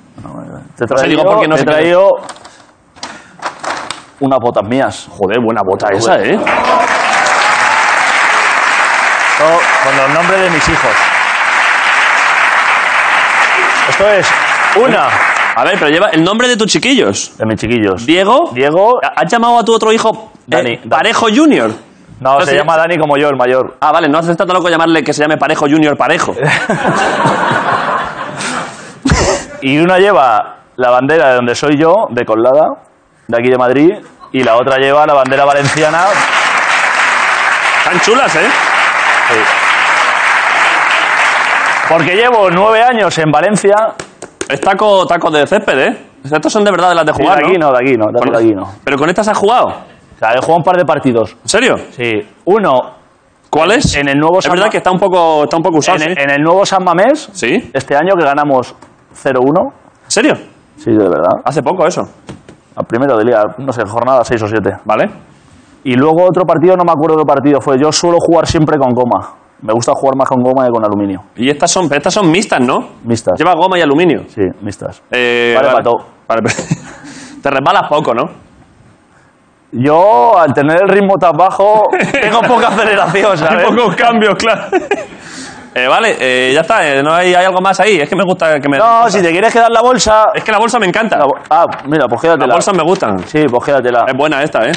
S10: Te he
S1: No sé, digo
S10: traído,
S1: porque no
S10: te
S1: sé
S10: he
S1: qué-
S10: traído unas botas mías.
S1: Joder, buena bota esa, ¿eh?
S10: Todo con los nombres de mis hijos. Esto es una
S1: A ver, pero lleva el nombre de tus chiquillos.
S10: de mis chiquillos.
S1: Diego.
S10: Diego.
S1: ¿Has llamado a tu otro hijo eh,
S10: Dani, Dani.
S1: Parejo Junior?
S10: No,
S1: No
S10: se
S1: sé-
S10: llama Dani como yo, el mayor.
S1: Ah, vale, no hace tanto loco llamarle que se llame Parejo Junior Parejo.
S10: Y una lleva la bandera de donde soy yo, de Colada, de aquí de Madrid, y la otra lleva la bandera valenciana.
S1: Están chulas, ¿eh?
S10: Porque llevo nueve años en Valencia.
S1: Es taco, taco de césped, ¿eh? Estos son de verdad de las de
S10: Y de
S1: jugar,
S10: aquí no, de aquí no, de,
S1: Con-
S10: aquí no. O
S1: Pero con estas has jugado.
S10: sea, he jugado un par de partidos.
S1: ¿En serio?
S10: Sí. Uno,
S1: ¿Cuál es?
S10: En el nuevo
S1: Es
S10: San-
S1: verdad que está un poco, está un poco usado,
S10: en,
S1: ¿sí?
S10: en el nuevo San Mamés,
S1: ¿Sí? ¿En
S10: este año que ganamos 0-1.
S1: serio?
S10: Sí, de verdad.
S1: Hace poco eso.
S10: Al primero de liga, no sé, jornada 6 o 7.
S1: ¿Vale?
S10: Y luego otro partido, no me acuerdo qué partido fue. Yo suelo jugar siempre con goma. Me gusta jugar más con goma que con aluminio.
S1: Y estas son, pero estas son mixtas, ¿no?
S10: Mixtas.
S1: Lleva goma y aluminio.
S10: Sí, mixtas.
S1: Eh,
S10: Vale, pato.
S1: Vale, pero- Te resbalas poco, ¿no?
S10: Yo, al tener el ritmo tan bajo, tengo poca aceleración,
S1: Hay
S10: ¿sabes?
S1: pocos cambios, claro. Eh, vale, eh, ya está. eh, no hay, hay algo más ahí. Es que me gusta que me.
S10: No, si te quieres quedar la bolsa...
S1: Es que la bolsa me encanta.
S10: La bo- ah, mira, pues quédatela.
S1: Las bolsas me gustan.
S10: Sí, pues quédatela.
S1: Es buena esta, ¿eh?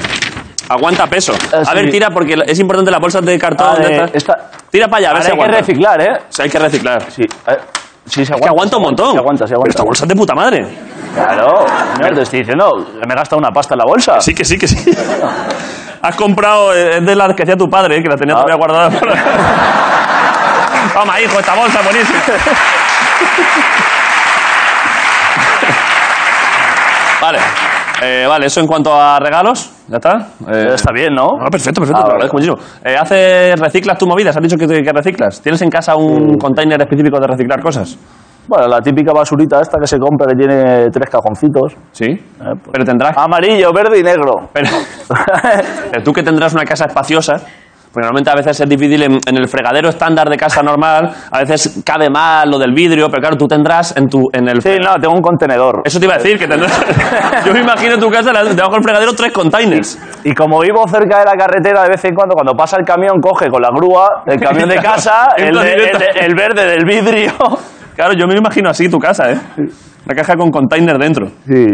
S1: Aguanta peso.
S10: Ah,
S1: A
S10: sí.
S1: ver, tira porque es importante las bolsas de cartón.
S10: Ah,
S1: de
S10: eh,
S1: estas.
S10: esta-
S1: Tira para allá, a ver
S10: Ahora
S1: si
S10: hay que
S1: aguanta.
S10: reciclar, ¿eh?
S1: O sea, hay que reciclar.
S10: Sí, eh, sí, se
S1: Es que
S10: aguanta.
S1: aguanta un montón.
S10: Se aguanta, se
S1: Pero
S10: aguanta.
S1: esta bolsa es de puta madre.
S10: Claro, mira, te estoy diciendo, me he gastado una pasta en la bolsa.
S1: Sí, que sí, que sí. Has comprado, eh, es de la que hacía tu padre, eh, que la tenía todavía guardada. para- Toma, hijo, esta bolsa buenísima. vale. Eh, vale, eso en cuanto a regalos, ya está. Eh,
S10: Está bien, ¿no?
S1: Ah, perfecto, perfecto,
S10: Ah,
S1: te lo
S10: vale.
S1: agradezco muchísimo. Eh, ¿haces, ¿Reciclas tus movidas? Has dicho que, que reciclas. ¿Tienes en casa un container específico de reciclar cosas?
S10: Bueno, la típica basurita esta que se compra que tiene tres cajoncitos. Eh, pues,
S1: Sí. Pero tendrás.
S10: Amarillo, verde y negro.
S1: Pero, pero tú que tendrás una casa espaciosa, porque normalmente a veces es difícil en, en el fregadero estándar de casa normal, a veces cabe mal lo del vidrio, pero claro, tú tendrás en, tu, en el...
S10: Sí, no, tengo un contenedor.
S1: Eso te iba a decir, que tendrás... Yo me imagino en tu casa la- debajo del fregadero tres containers.
S10: Y como vivo cerca de la carretera, de vez en cuando, cuando pasa el camión, coge con la grúa el camión de casa, el,
S1: Entra
S10: de-
S1: directo.
S10: el de- el verde del vidrio.
S1: Claro, yo me imagino así tu casa, ¿eh? Una caja con container dentro.
S10: Sí.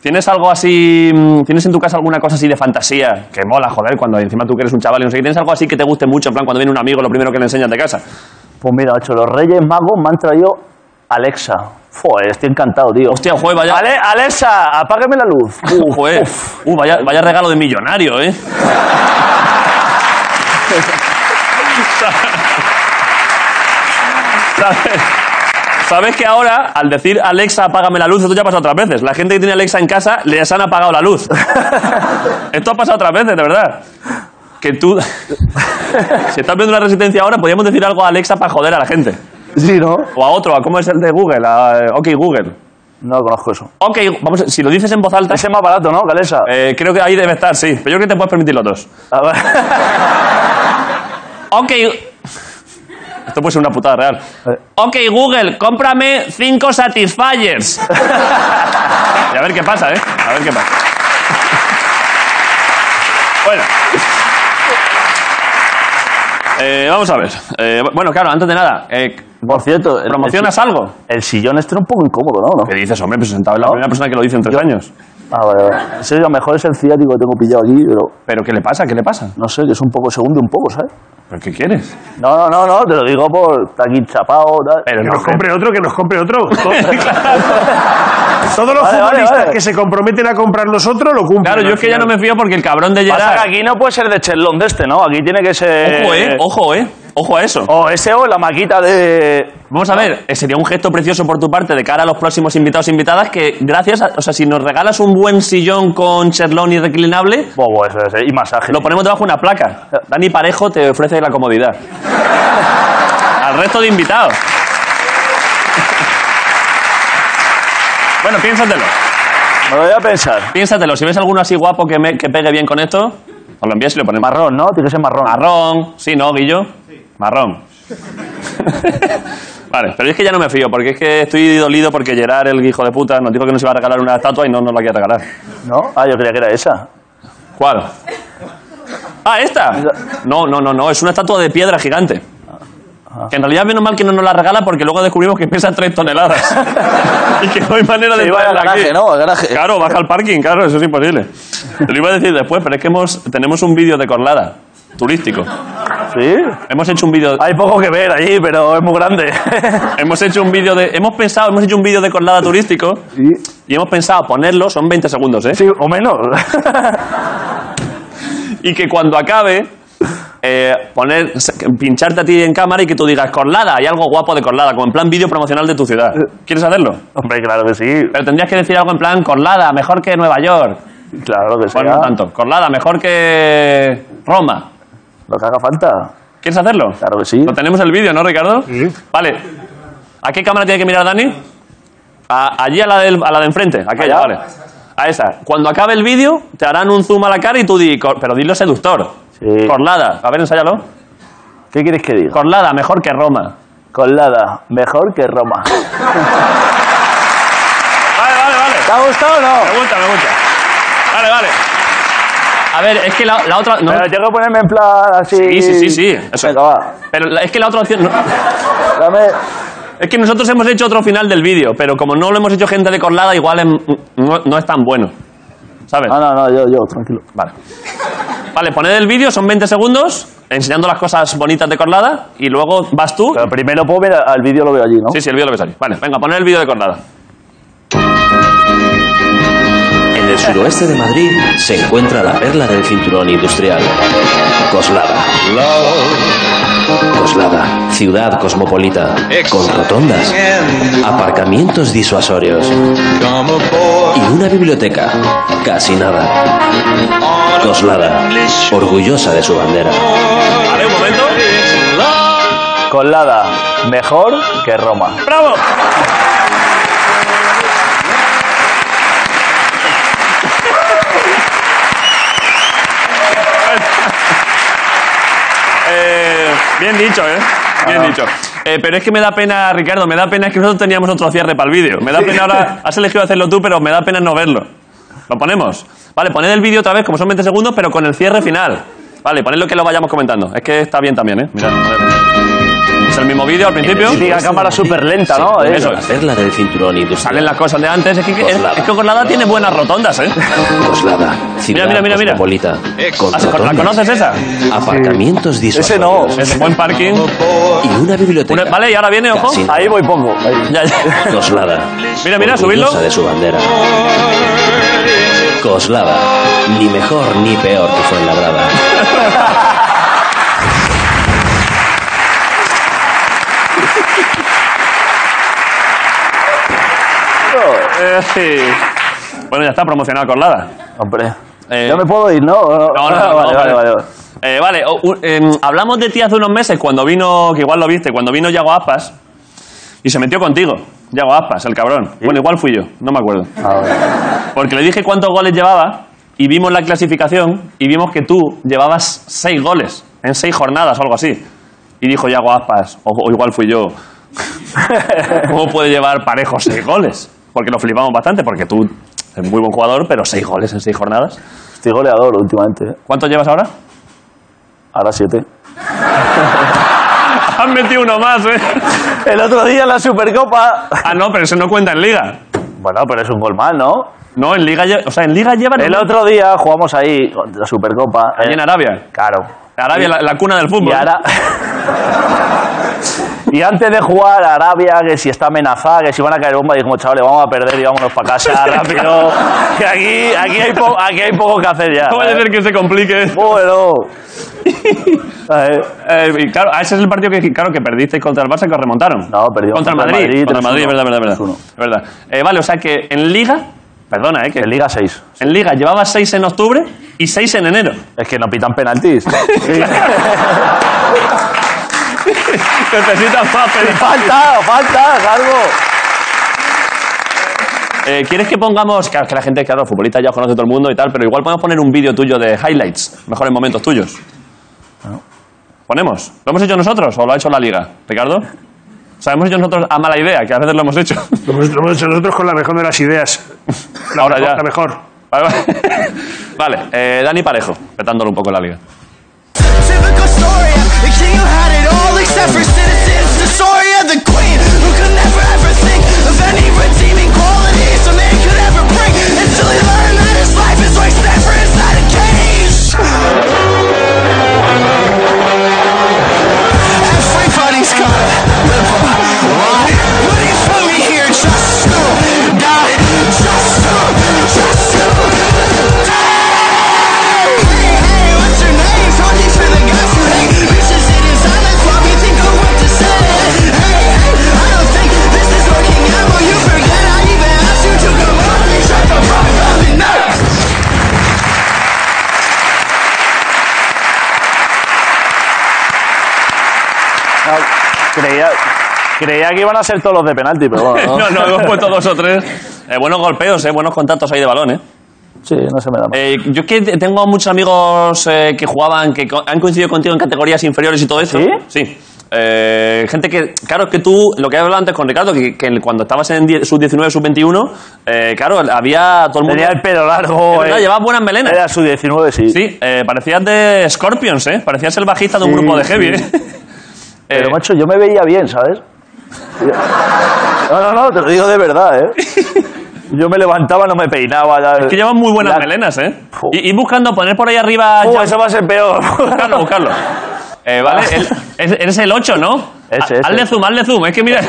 S1: ¿Tienes algo así, mm, tienes en tu casa alguna cosa así de fantasía? Que mola, joder, cuando encima tú que eres un chaval y no sé qué. ¿Tienes algo así que te guste mucho? En plan, cuando viene un amigo, lo primero que le enseñas de casa.
S10: Pues mira, ocho, los Reyes Magos me han traído Alexa. Joder, estoy encantado, tío.
S1: Hostia, joder, vaya...
S10: Ale- Alexa, apágame la luz.
S1: Uh, joder. Uh, vaya, vaya regalo de millonario, ¿eh? ¿Sabes? Sabes que ahora, al decir Alexa, apágame la luz, esto ya ha pasado otras veces. La gente que tiene Alexa en casa les han apagado la luz. Esto ha pasado otras veces, de verdad. Que tú. si estás viendo una resistencia ahora, podríamos decir algo a Alexa para joder a la gente.
S10: Sí, ¿no?
S1: O a otro, a cómo es el de Google, a eh, OK Google.
S10: No conozco eso.
S1: OK, vamos, a- si lo dices en voz alta,
S10: Ese es más barato, ¿no, Alexa?
S1: eh, creo que ahí debe estar, sí. Pero yo creo que te puedes permitir los dos.
S10: A ver.
S1: Ok. Esto puede ser una putada real. Ok, Google, cómprame cinco Satisfyers. y a ver qué pasa, ¿eh? A ver qué pasa. bueno. Eh, vamos a ver. Eh, bueno, claro, antes de nada, eh,
S10: Por cierto, el-
S1: ¿promocionas
S10: el,
S1: algo?
S10: el sillón este era un poco incómodo, ¿no? ¿No?
S1: ¿Qué dices, hombre? Pues sentado es la primera persona que lo dice en tres años.
S10: Ah, vale, vale. Sí, a lo mejor es el ciático que tengo pillado aquí, pero
S1: ¿Pero qué le pasa? ¿Qué le pasa?
S10: no sé, que es un poco, se hunde un poco, ¿sabes?
S1: ¿Pero qué quieres?
S10: No, no, no, no, te lo digo por está aquí chapado, tal.
S1: Pero
S3: Que
S1: no,
S3: nos compre otro, que nos compre otro. Todos los
S10: Vale, vale,
S3: futbolistas
S10: vale.
S3: que se comprometen a comprar nosotros lo cumplen.
S1: Claro, yo
S3: al
S1: es que ya no
S3: final.
S1: me fío porque el cabrón de
S10: Pasa
S1: Gerard...
S10: que aquí no puede ser de chelón de este, ¿no? Aquí tiene que ser.
S1: Ojo, eh, ojo, eh. Ojo a eso.
S10: O ese o la maquita de.
S1: Vamos a ver, eh, sería un gesto precioso por tu parte de cara a los próximos invitados e invitadas que gracias, a- o sea, si nos regalas un buen sillón con cherlón y reclinable,
S10: Bobo, eso es, eh, y masaje.
S1: lo ponemos debajo de una placa. Dani Parejo te ofrece la comodidad. Al resto de invitados. Bueno, piénsatelo.
S10: Me lo voy a pensar.
S1: Piénsatelo. Si ves alguno así guapo que, me- que pegue bien con esto, Os lo envías y lo ponemos.
S10: Marrón, ¿no? Tiene que ser marrón.
S1: Marrón. Sí, ¿no, Guillo? Marrón. vale, pero es que ya no me fío, porque es que estoy dolido porque Gerard, el hijo de puta, nos dijo que nos iba a regalar una estatua y no nos la quiere regalar.
S10: ¿No? Ah, yo creía que era esa.
S1: ¿Cuál? Ah, esta. No, no, no, no, es una estatua de piedra gigante.
S10: Ah.
S1: Que en realidad menos mal que no nos la regala porque luego descubrimos que pesa 3 toneladas. y que no hay manera de
S10: Se iba al
S1: traerla aquí.
S10: garaje, ¿no? Al garaje.
S1: Claro, baja al parking, claro, eso es imposible. Te lo iba a decir después, pero es que hemos, tenemos un vídeo de Corlada, turístico.
S10: ¿Sí?
S1: Hemos hecho un vídeo
S10: Hay poco que ver allí, pero es muy grande.
S1: hemos hecho un vídeo de hemos pensado, hemos hecho un vídeo de Corlada turístico y hemos pensado ponerlo, son 20 segundos, ¿eh?
S10: sí, o menos.
S1: y que cuando acabe eh, poner pincharte a ti en cámara y que tú digas Corlada hay algo guapo de Corlada como en plan vídeo promocional de tu ciudad ¿quieres hacerlo?
S10: Hombre, claro que sí.
S1: pero tendrías que decir algo en plan Corlada mejor que Nueva York
S10: Claro que sí. ¿eh?
S1: bueno no tanto Corlada mejor que Roma
S10: Lo que haga falta.
S1: ¿quieres hacerlo?
S10: Claro que sí.
S1: lo tenemos el vídeo ¿no Ricardo? vale ¿a qué cámara tiene que mirar Dani? A- allí a la, del- a la de enfrente aquella
S10: Allá.
S1: vale a esa cuando acabe el vídeo te harán un zoom a la cara y tú di "Cor- pero dilo seductor
S10: Sí.
S1: Corlada a ver ensáyalo
S10: ¿Qué quieres que diga?
S1: Corlada mejor que Roma
S10: Colada, mejor que Roma.
S1: Vale, vale, vale.
S10: ¿Te ha gustado o no?
S1: Me gusta, me gusta. Vale, vale. A ver, es que la, la otra. no-
S10: Pero tengo que ponerme en plan así.
S1: sí, sí, sí, sí. Eso.
S10: Venga, va.
S1: Pero la- es que la otra opción. no-
S10: Dame.
S1: Es que nosotros hemos hecho otro final del vídeo, pero como no lo hemos hecho gente de Corlada, igual em- no, no es tan bueno. ¿Sabes?
S10: Ah, no, no, yo, yo, tranquilo.
S1: Vale. Vale, poned el vídeo, son 20 segundos, enseñando las cosas bonitas de Corlada, y luego vas tú.
S10: Pero primero puedo ver al vídeo, lo veo allí, ¿no?
S1: Sí, sí, el vídeo lo ves ahí. Vale, venga, poned el vídeo de Corlada.
S11: En el suroeste de Madrid se encuentra la perla del cinturón industrial, Coslada. Coslada, ciudad cosmopolita, con rotondas, aparcamientos disuasorios y una biblioteca, casi nada. Coslada, orgullosa de su bandera.
S1: Vale, un momento.
S10: Colada, mejor que Roma.
S1: ¡Bravo! Eh, bien dicho, ¿eh? Bien dicho. Eh, pero es que me da pena, Ricardo, me da pena es que nosotros teníamos otro cierre para el vídeo. Me da pena ahora, has elegido hacerlo tú, pero me da pena no verlo. ¿Lo ponemos? Vale, poned el vídeo otra vez, como son 20 segundos, pero con el cierre final. Vale, poned lo que lo vayamos comentando. Es que está bien también, ¿eh? Mirad, a ver. Es el mismo vídeo al principio.
S10: Sí, a cámara súper lenta, ¿no?
S11: Se
S10: Eso.
S11: encuentra La perla del cinturón
S1: Salen
S11: industrial,
S1: las cosas de antes. Es que, es, es que Coslada tiene buenas rotondas, ¿eh?
S11: Coslada, ciudad
S1: mira, mira, mira.
S11: cosmopolita, con
S1: ¿La
S11: rotondas,
S1: conoces esa?
S11: aparcamientos
S10: Ese no.
S11: disuasorios
S1: Es buen parking.
S11: y una biblioteca.
S1: Una- vale, y ahora viene, ojo.
S11: casi nada.
S10: Ahí voy pongo. ahí.
S1: Ya, ya.
S11: Coslada.
S1: Mira, mira,
S11: orgullosa
S1: subidlo.
S11: de su bandera. Coslada. Ni mejor ni peor que Fuenlabrada.
S1: Eh, sí. Bueno, ya está promocionada Coslada.
S10: Hombre.
S1: Eh.
S10: Yo me puedo ir, ¿no? No,
S1: No, no, no,
S10: vale, vale, vale, vale.
S1: Eh, vale, o- u- em, hablamos de ti hace unos meses cuando vino, que igual lo viste, cuando vino Yago Aspas y se metió contigo. Yago Aspas, el cabrón. Bueno, igual fui yo, no me acuerdo.
S10: Ah,
S1: Porque le dije cuántos goles llevaba y vimos la clasificación y vimos que tú llevabas seis goles en seis jornadas o algo así. Y dijo Yago Aspas, o, o igual fui yo, ¿cómo puede llevar parejo seis goles? Porque lo flipamos bastante, porque tú eres muy buen jugador, pero seis goles en seis jornadas.
S10: Estoy goleador últimamente. ¿eh?
S1: ¿Cuántos llevas ahora?
S10: Ahora siete.
S1: Has metido uno más, ¿eh?
S10: El otro día en la Supercopa.
S1: Ah, no, pero eso no cuenta en Liga.
S10: Bueno, pero es un gol mal, ¿no?
S1: No, en Liga, lle- o sea, en Liga llevan
S10: El otro día jugamos ahí, con la Supercopa.
S1: Allí
S10: eh,
S1: en Arabia.
S10: Claro.
S1: Arabia, la, la cuna del fútbol. ¿eh?
S10: Y ahora. y antes de jugar a Arabia, que si está amenazada, que si van a caer bomba, dijimos, chavales, vamos a perder y vámonos para casa rápido. que aquí, aquí, hay po- aquí hay poco que hacer ya.
S1: No vaya a ser que se complique.
S10: Bueno. Eh,
S1: Eh, y claro, ah, ese es el partido que, que- claro, que perdisteis contra el Barça que os remontaron.
S10: No, perdimos
S1: contra el
S10: contra el
S1: Madrid.
S10: Madrid,
S1: contra el Madrid,
S10: 3-1.
S1: verdad, verdad, verdad.
S10: 3-1.
S1: Es verdad. Eh, vale, o sea que en Liga, perdona, eh, que
S10: en Liga 6.
S1: en Liga llevabas 6 en octubre y 6 en enero.
S10: Es que no pitan penaltis.
S1: Necesitas más, pero-
S10: falta, falta, algo.
S1: Eh, ¿Quieres que pongamos.? Claro, es que la gente, claro, futbolista ya os conoce todo el mundo y tal, pero igual podemos poner un vídeo tuyo de highlights, mejores momentos tuyos. ¿Ponemos? ¿Lo hemos hecho nosotros o lo ha hecho la liga? ¿Ricardo? O sea, hemos hecho nosotros a mala idea, que a veces lo hemos hecho.
S3: Lo hemos, lo hemos hecho nosotros con la mejor de las ideas. La
S1: Ahora
S3: mejor,
S1: ya.
S3: La mejor.
S1: Vale, vale. Vale, eh, Dani Parejo, petándolo un poco en la liga.
S12: Typical story. The king who had it all except for citizens. The story of the queen who could never ever think of any redeeming qualities a man could ever bring until he learned that his life is worth never inside a cage. Everybody's gotta live a lie. What do you put me here just to die? Just to, just to die? Hey, hey, what's your name? Talking to the guys who hate bitches and designers while we think of what to say. Hey, hey, I don't think this is working out. Will you forget I even asked you to come out and shut the fuck up and not?
S10: No, creía, creía que iban a ser todos los de penalti, pero bueno.
S1: No, no, hemos puesto dos o tres. Eh, buenos golpeos, eh, buenos contactos ahí de balón, ¿eh?
S10: Sí, no se me da mal.
S1: Eh, yo es que tengo muchos amigos eh, que jugaban, que co- han coincidido contigo en categorías inferiores y todo eso.
S10: ¿Sí?
S1: Sí. Eh, gente que, claro, es que tú, lo que he hablado antes con Ricardo, que, que cuando estabas en die- sub-19, sub-21, eh, claro, había todo el mundo...
S10: Tenía el pelo largo.
S1: Es verdad,
S10: eh.
S1: llevabas buenas melenas.
S10: Era su 19, sí.
S1: Sí, eh, parecías de Scorpions, ¿eh? Parecías el bajista de un
S10: Sí,
S1: grupo de
S10: sí.
S1: heavy, ¿eh?
S10: Pero,
S1: Eh,
S10: macho, yo me veía bien, ¿sabes? No, no, no, te lo digo de verdad, ¿eh? Yo me levantaba, no me peinaba.
S1: es que llevas muy buenas
S10: la-
S1: melenas, ¿eh?
S10: Fu.
S1: Y, y buscando poner por ahí arriba...
S10: Uh,
S1: ya-
S10: eso va a ser peor.
S1: Buscarlo, buscarlo. Eh, vale, el- es- eres el 8, ¿no?
S10: Ese,
S1: Ha-
S10: ese.
S1: Hazle zoom, hazle zoom. Es que mira.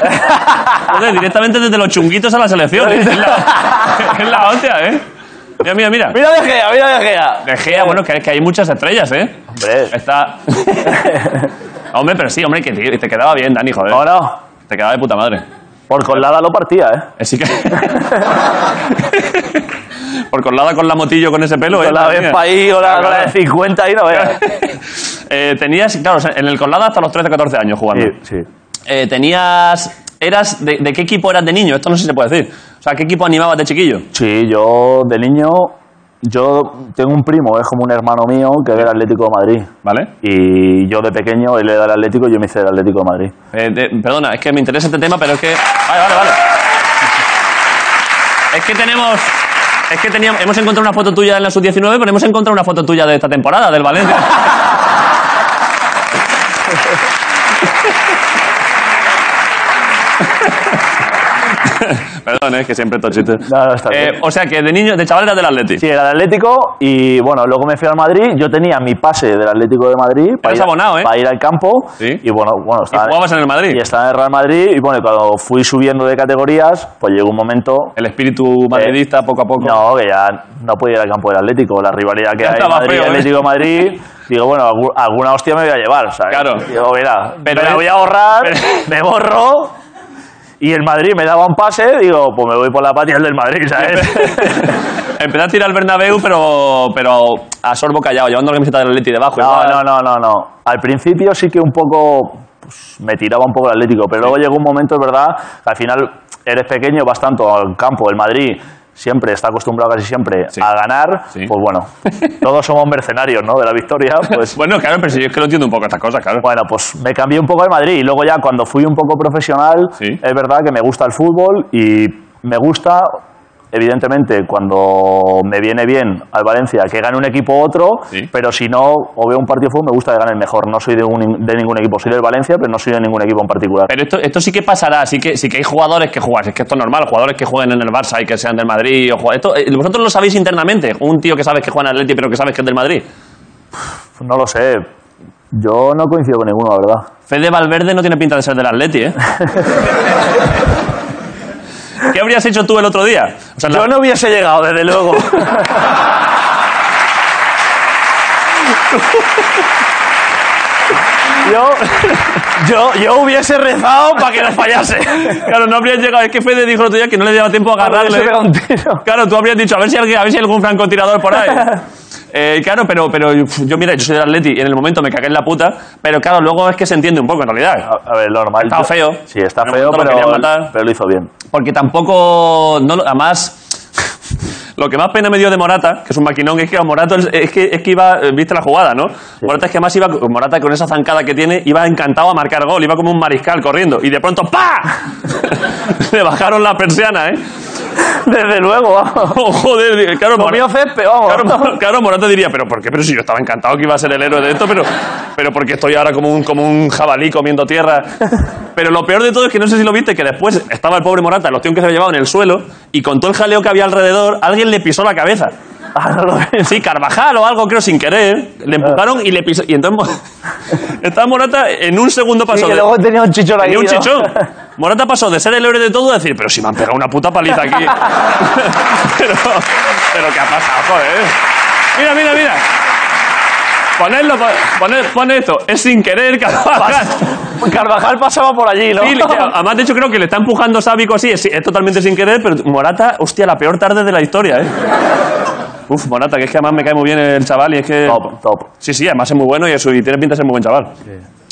S1: Joder, directamente desde los chunguitos a la selección. ¿eh? Es la, es la hostia, ¿eh? Mira, mira, mira.
S10: Mira De Gea, mira De Gea.
S1: De Gea, bueno, que, que hay muchas estrellas, ¿eh?
S10: Hombre,
S1: Está. hombre, pero sí, hombre, que te, te quedaba bien, Dani, joder.
S10: no, no.
S1: Te quedaba de puta madre.
S10: Por colada lo partía, ¿eh?
S1: Así que. Por colada con la motillo con ese pelo, ¿eh?
S10: Con la
S1: Madre
S10: vez
S1: mía.
S10: para ahí, con la,
S1: Claro,
S10: con la
S1: claro.
S10: de 50 ahí, no veas.
S1: Eh, tenías, claro, o sea, en el Colada hasta los 13 14 años jugando.
S10: Sí, sí.
S1: Eh, tenías. Eras de, de qué equipo eras de niño? Esto no sé si se puede decir. O sea, ¿qué equipo animabas de chiquillo?
S10: Sí, yo de niño, yo tengo un primo, es como un hermano mío que es del Atlético de Madrid.
S1: ¿Vale?
S10: Y yo de pequeño, él era del Atlético y yo me hice del Atlético de Madrid.
S1: Eh, de- perdona, es que me interesa este tema, pero es que. Vale, vale, vale. Es que tenemos. Es que teníamos, hemos encontrado una foto tuya en la sub-19, pero hemos encontrado una foto tuya de esta temporada, del Valencia. Perdón, eh, es que siempre estos chistes.
S10: No, no, está
S1: Eh,
S10: bien.
S1: o sea, que de niño, de chaval eras del Atleti.
S10: Sí, era del Atlético y bueno, luego me fui al Madrid. Yo tenía mi pase del Atlético de Madrid
S1: Eres
S10: ir,
S1: abonado, ¿eh?
S10: para ir al campo.
S1: Sí.
S10: Y bueno, bueno,
S1: Y
S10: estaba,
S1: jugabas en el Madrid.
S10: y estaba en el Real Madrid. Y bueno, cuando fui subiendo de categorías, pues llegó un momento.
S1: El espíritu madridista, poco a poco.
S10: No, que ya no podía ir al campo del Atlético, la rivalidad que
S1: Ya
S10: hay
S1: estaba
S10: Madrid,
S1: feo, ¿eh?
S10: Atlético de Madrid. Digo, bueno, algu- alguna hostia me voy a llevar, ¿sabes?
S1: Claro.
S10: Digo, mira,
S1: Pero
S10: pero me
S1: es-
S10: la voy a ahorrar,
S1: pero-
S10: me borro. Y el Madrid me daba un pase, digo, pues me voy por la patria del Madrid, ¿sabes?
S1: Empecé a tirar al Bernabéu, pero, pero a sorbo callado, llevando la camiseta del Atleti debajo.
S10: No,
S1: igual.
S10: no, no, no, no. Al principio sí que un poco pues, me tiraba un poco el Atlético, pero luego llegó un momento, es verdad, que al final eres pequeño, vas tanto al campo, el Madrid siempre está acostumbrado casi siempre a ganar,
S1: Sí.
S10: pues bueno, todos somos mercenarios, ¿no? De la victoria, pues
S1: Bueno, claro, pero si yo es que lo entiendo un poco estas cosas, claro.
S10: bueno, pues me cambié un poco al Madrid y luego ya cuando fui un poco profesional,
S1: Sí.
S10: es verdad que me gusta el fútbol y me gusta, evidentemente, cuando me viene bien al Valencia que gane un equipo u otro,
S1: Sí.
S10: pero si no, o veo un partido de fútbol, me gusta que gane el mejor. No soy de, un- de ningún equipo, soy del Valencia, pero no soy de ningún equipo en particular.
S1: Pero esto, esto sí que pasará, sí que, sí que hay jugadores que juegan, es que esto es normal, jugadores que jueguen en el Barça y que sean del Madrid. O jue- esto, eh, vosotros lo sabéis internamente, un tío que sabes que juega en Atleti pero que sabes que es del Madrid.
S10: No lo sé. Yo no coincido con ninguno, la verdad.
S1: Fede Valverde no tiene pinta de ser del Atleti, ¿eh? ¿Qué habrías hecho tú el otro día? O sea, la-
S10: Yo no hubiese llegado, desde luego. yo, yo, yo hubiese rezado para que no fallase.
S1: Claro, no habrías llegado. Es que Fede dijo el otro día que no le daba tiempo a agarrarle.
S10: Hubiese pegado un tiro.
S1: Claro, tú habrías dicho, a ver si, alguien- a ver si hay algún francotirador por ahí. Eh, claro, pero, pero uf, yo, mira, yo soy del Atleti y en el momento me cagué en la puta, pero claro, luego es que se entiende un poco en realidad.
S10: A, a ver, lo normal.
S1: Está
S10: yo-
S1: feo.
S10: Sí, está
S1: En el
S10: feo,
S1: momento pues lo
S10: pero,
S1: querían matar.
S10: pero lo hizo bien.
S1: Porque tampoco. No, lo- además, lo que más pena me dio de Morata, que es un maquinón, es que Morata es- es que, es que iba. eh, Viste la jugada, ¿no? Morata es que además iba. Morata con esa zancada que tiene, iba encantado a marcar gol, iba como un mariscal corriendo. Y de pronto, ¡pa! Le bajaron la persiana, ¿eh?
S10: Desde luego, vamos.
S1: Oh, joder, claro,
S10: Comió césped, vamos.
S1: Claro, Mor- claro, Morata diría, pero ¿por qué? Pero si yo estaba encantado que iba a ser el héroe de esto, pero, pero porque estoy ahora como un, como un jabalí comiendo tierra. Pero lo peor de todo es que no sé si lo viste, que después estaba el pobre Morata, los tíos que se había llevado en el suelo, y con todo el jaleo que había alrededor, alguien le pisó la cabeza. Ah, Sí, Carvajal o algo, creo, sin querer. Le empujaron y le pisó. Y entonces Mo- estaba Morata en un segundo pasó.
S10: que
S1: de-
S10: luego tenía un chichón
S1: tenía un
S10: aquí, ¿no?
S1: chichón. Morata pasó de ser el héroe de todo a decir, pero si me han pegado una puta paliza aquí. pero, pero ¿qué ha pasado, joder? Mira, mira, mira. Ponedlo, pon- poned, pon esto. Es sin querer, Carvajal.
S10: Carvajal pasaba por allí, ¿no?
S1: Sí, le- además, de hecho, creo que le está empujando Sábico así. Es, es totalmente sin querer, pero Morata, hostia, la peor tarde de la historia, ¿eh? Uf, Morata, que es que además me cae muy bien el chaval y es que...
S10: Top, top.
S1: Sí, sí, además es muy bueno y, eso, y tiene pinta de ser muy buen chaval.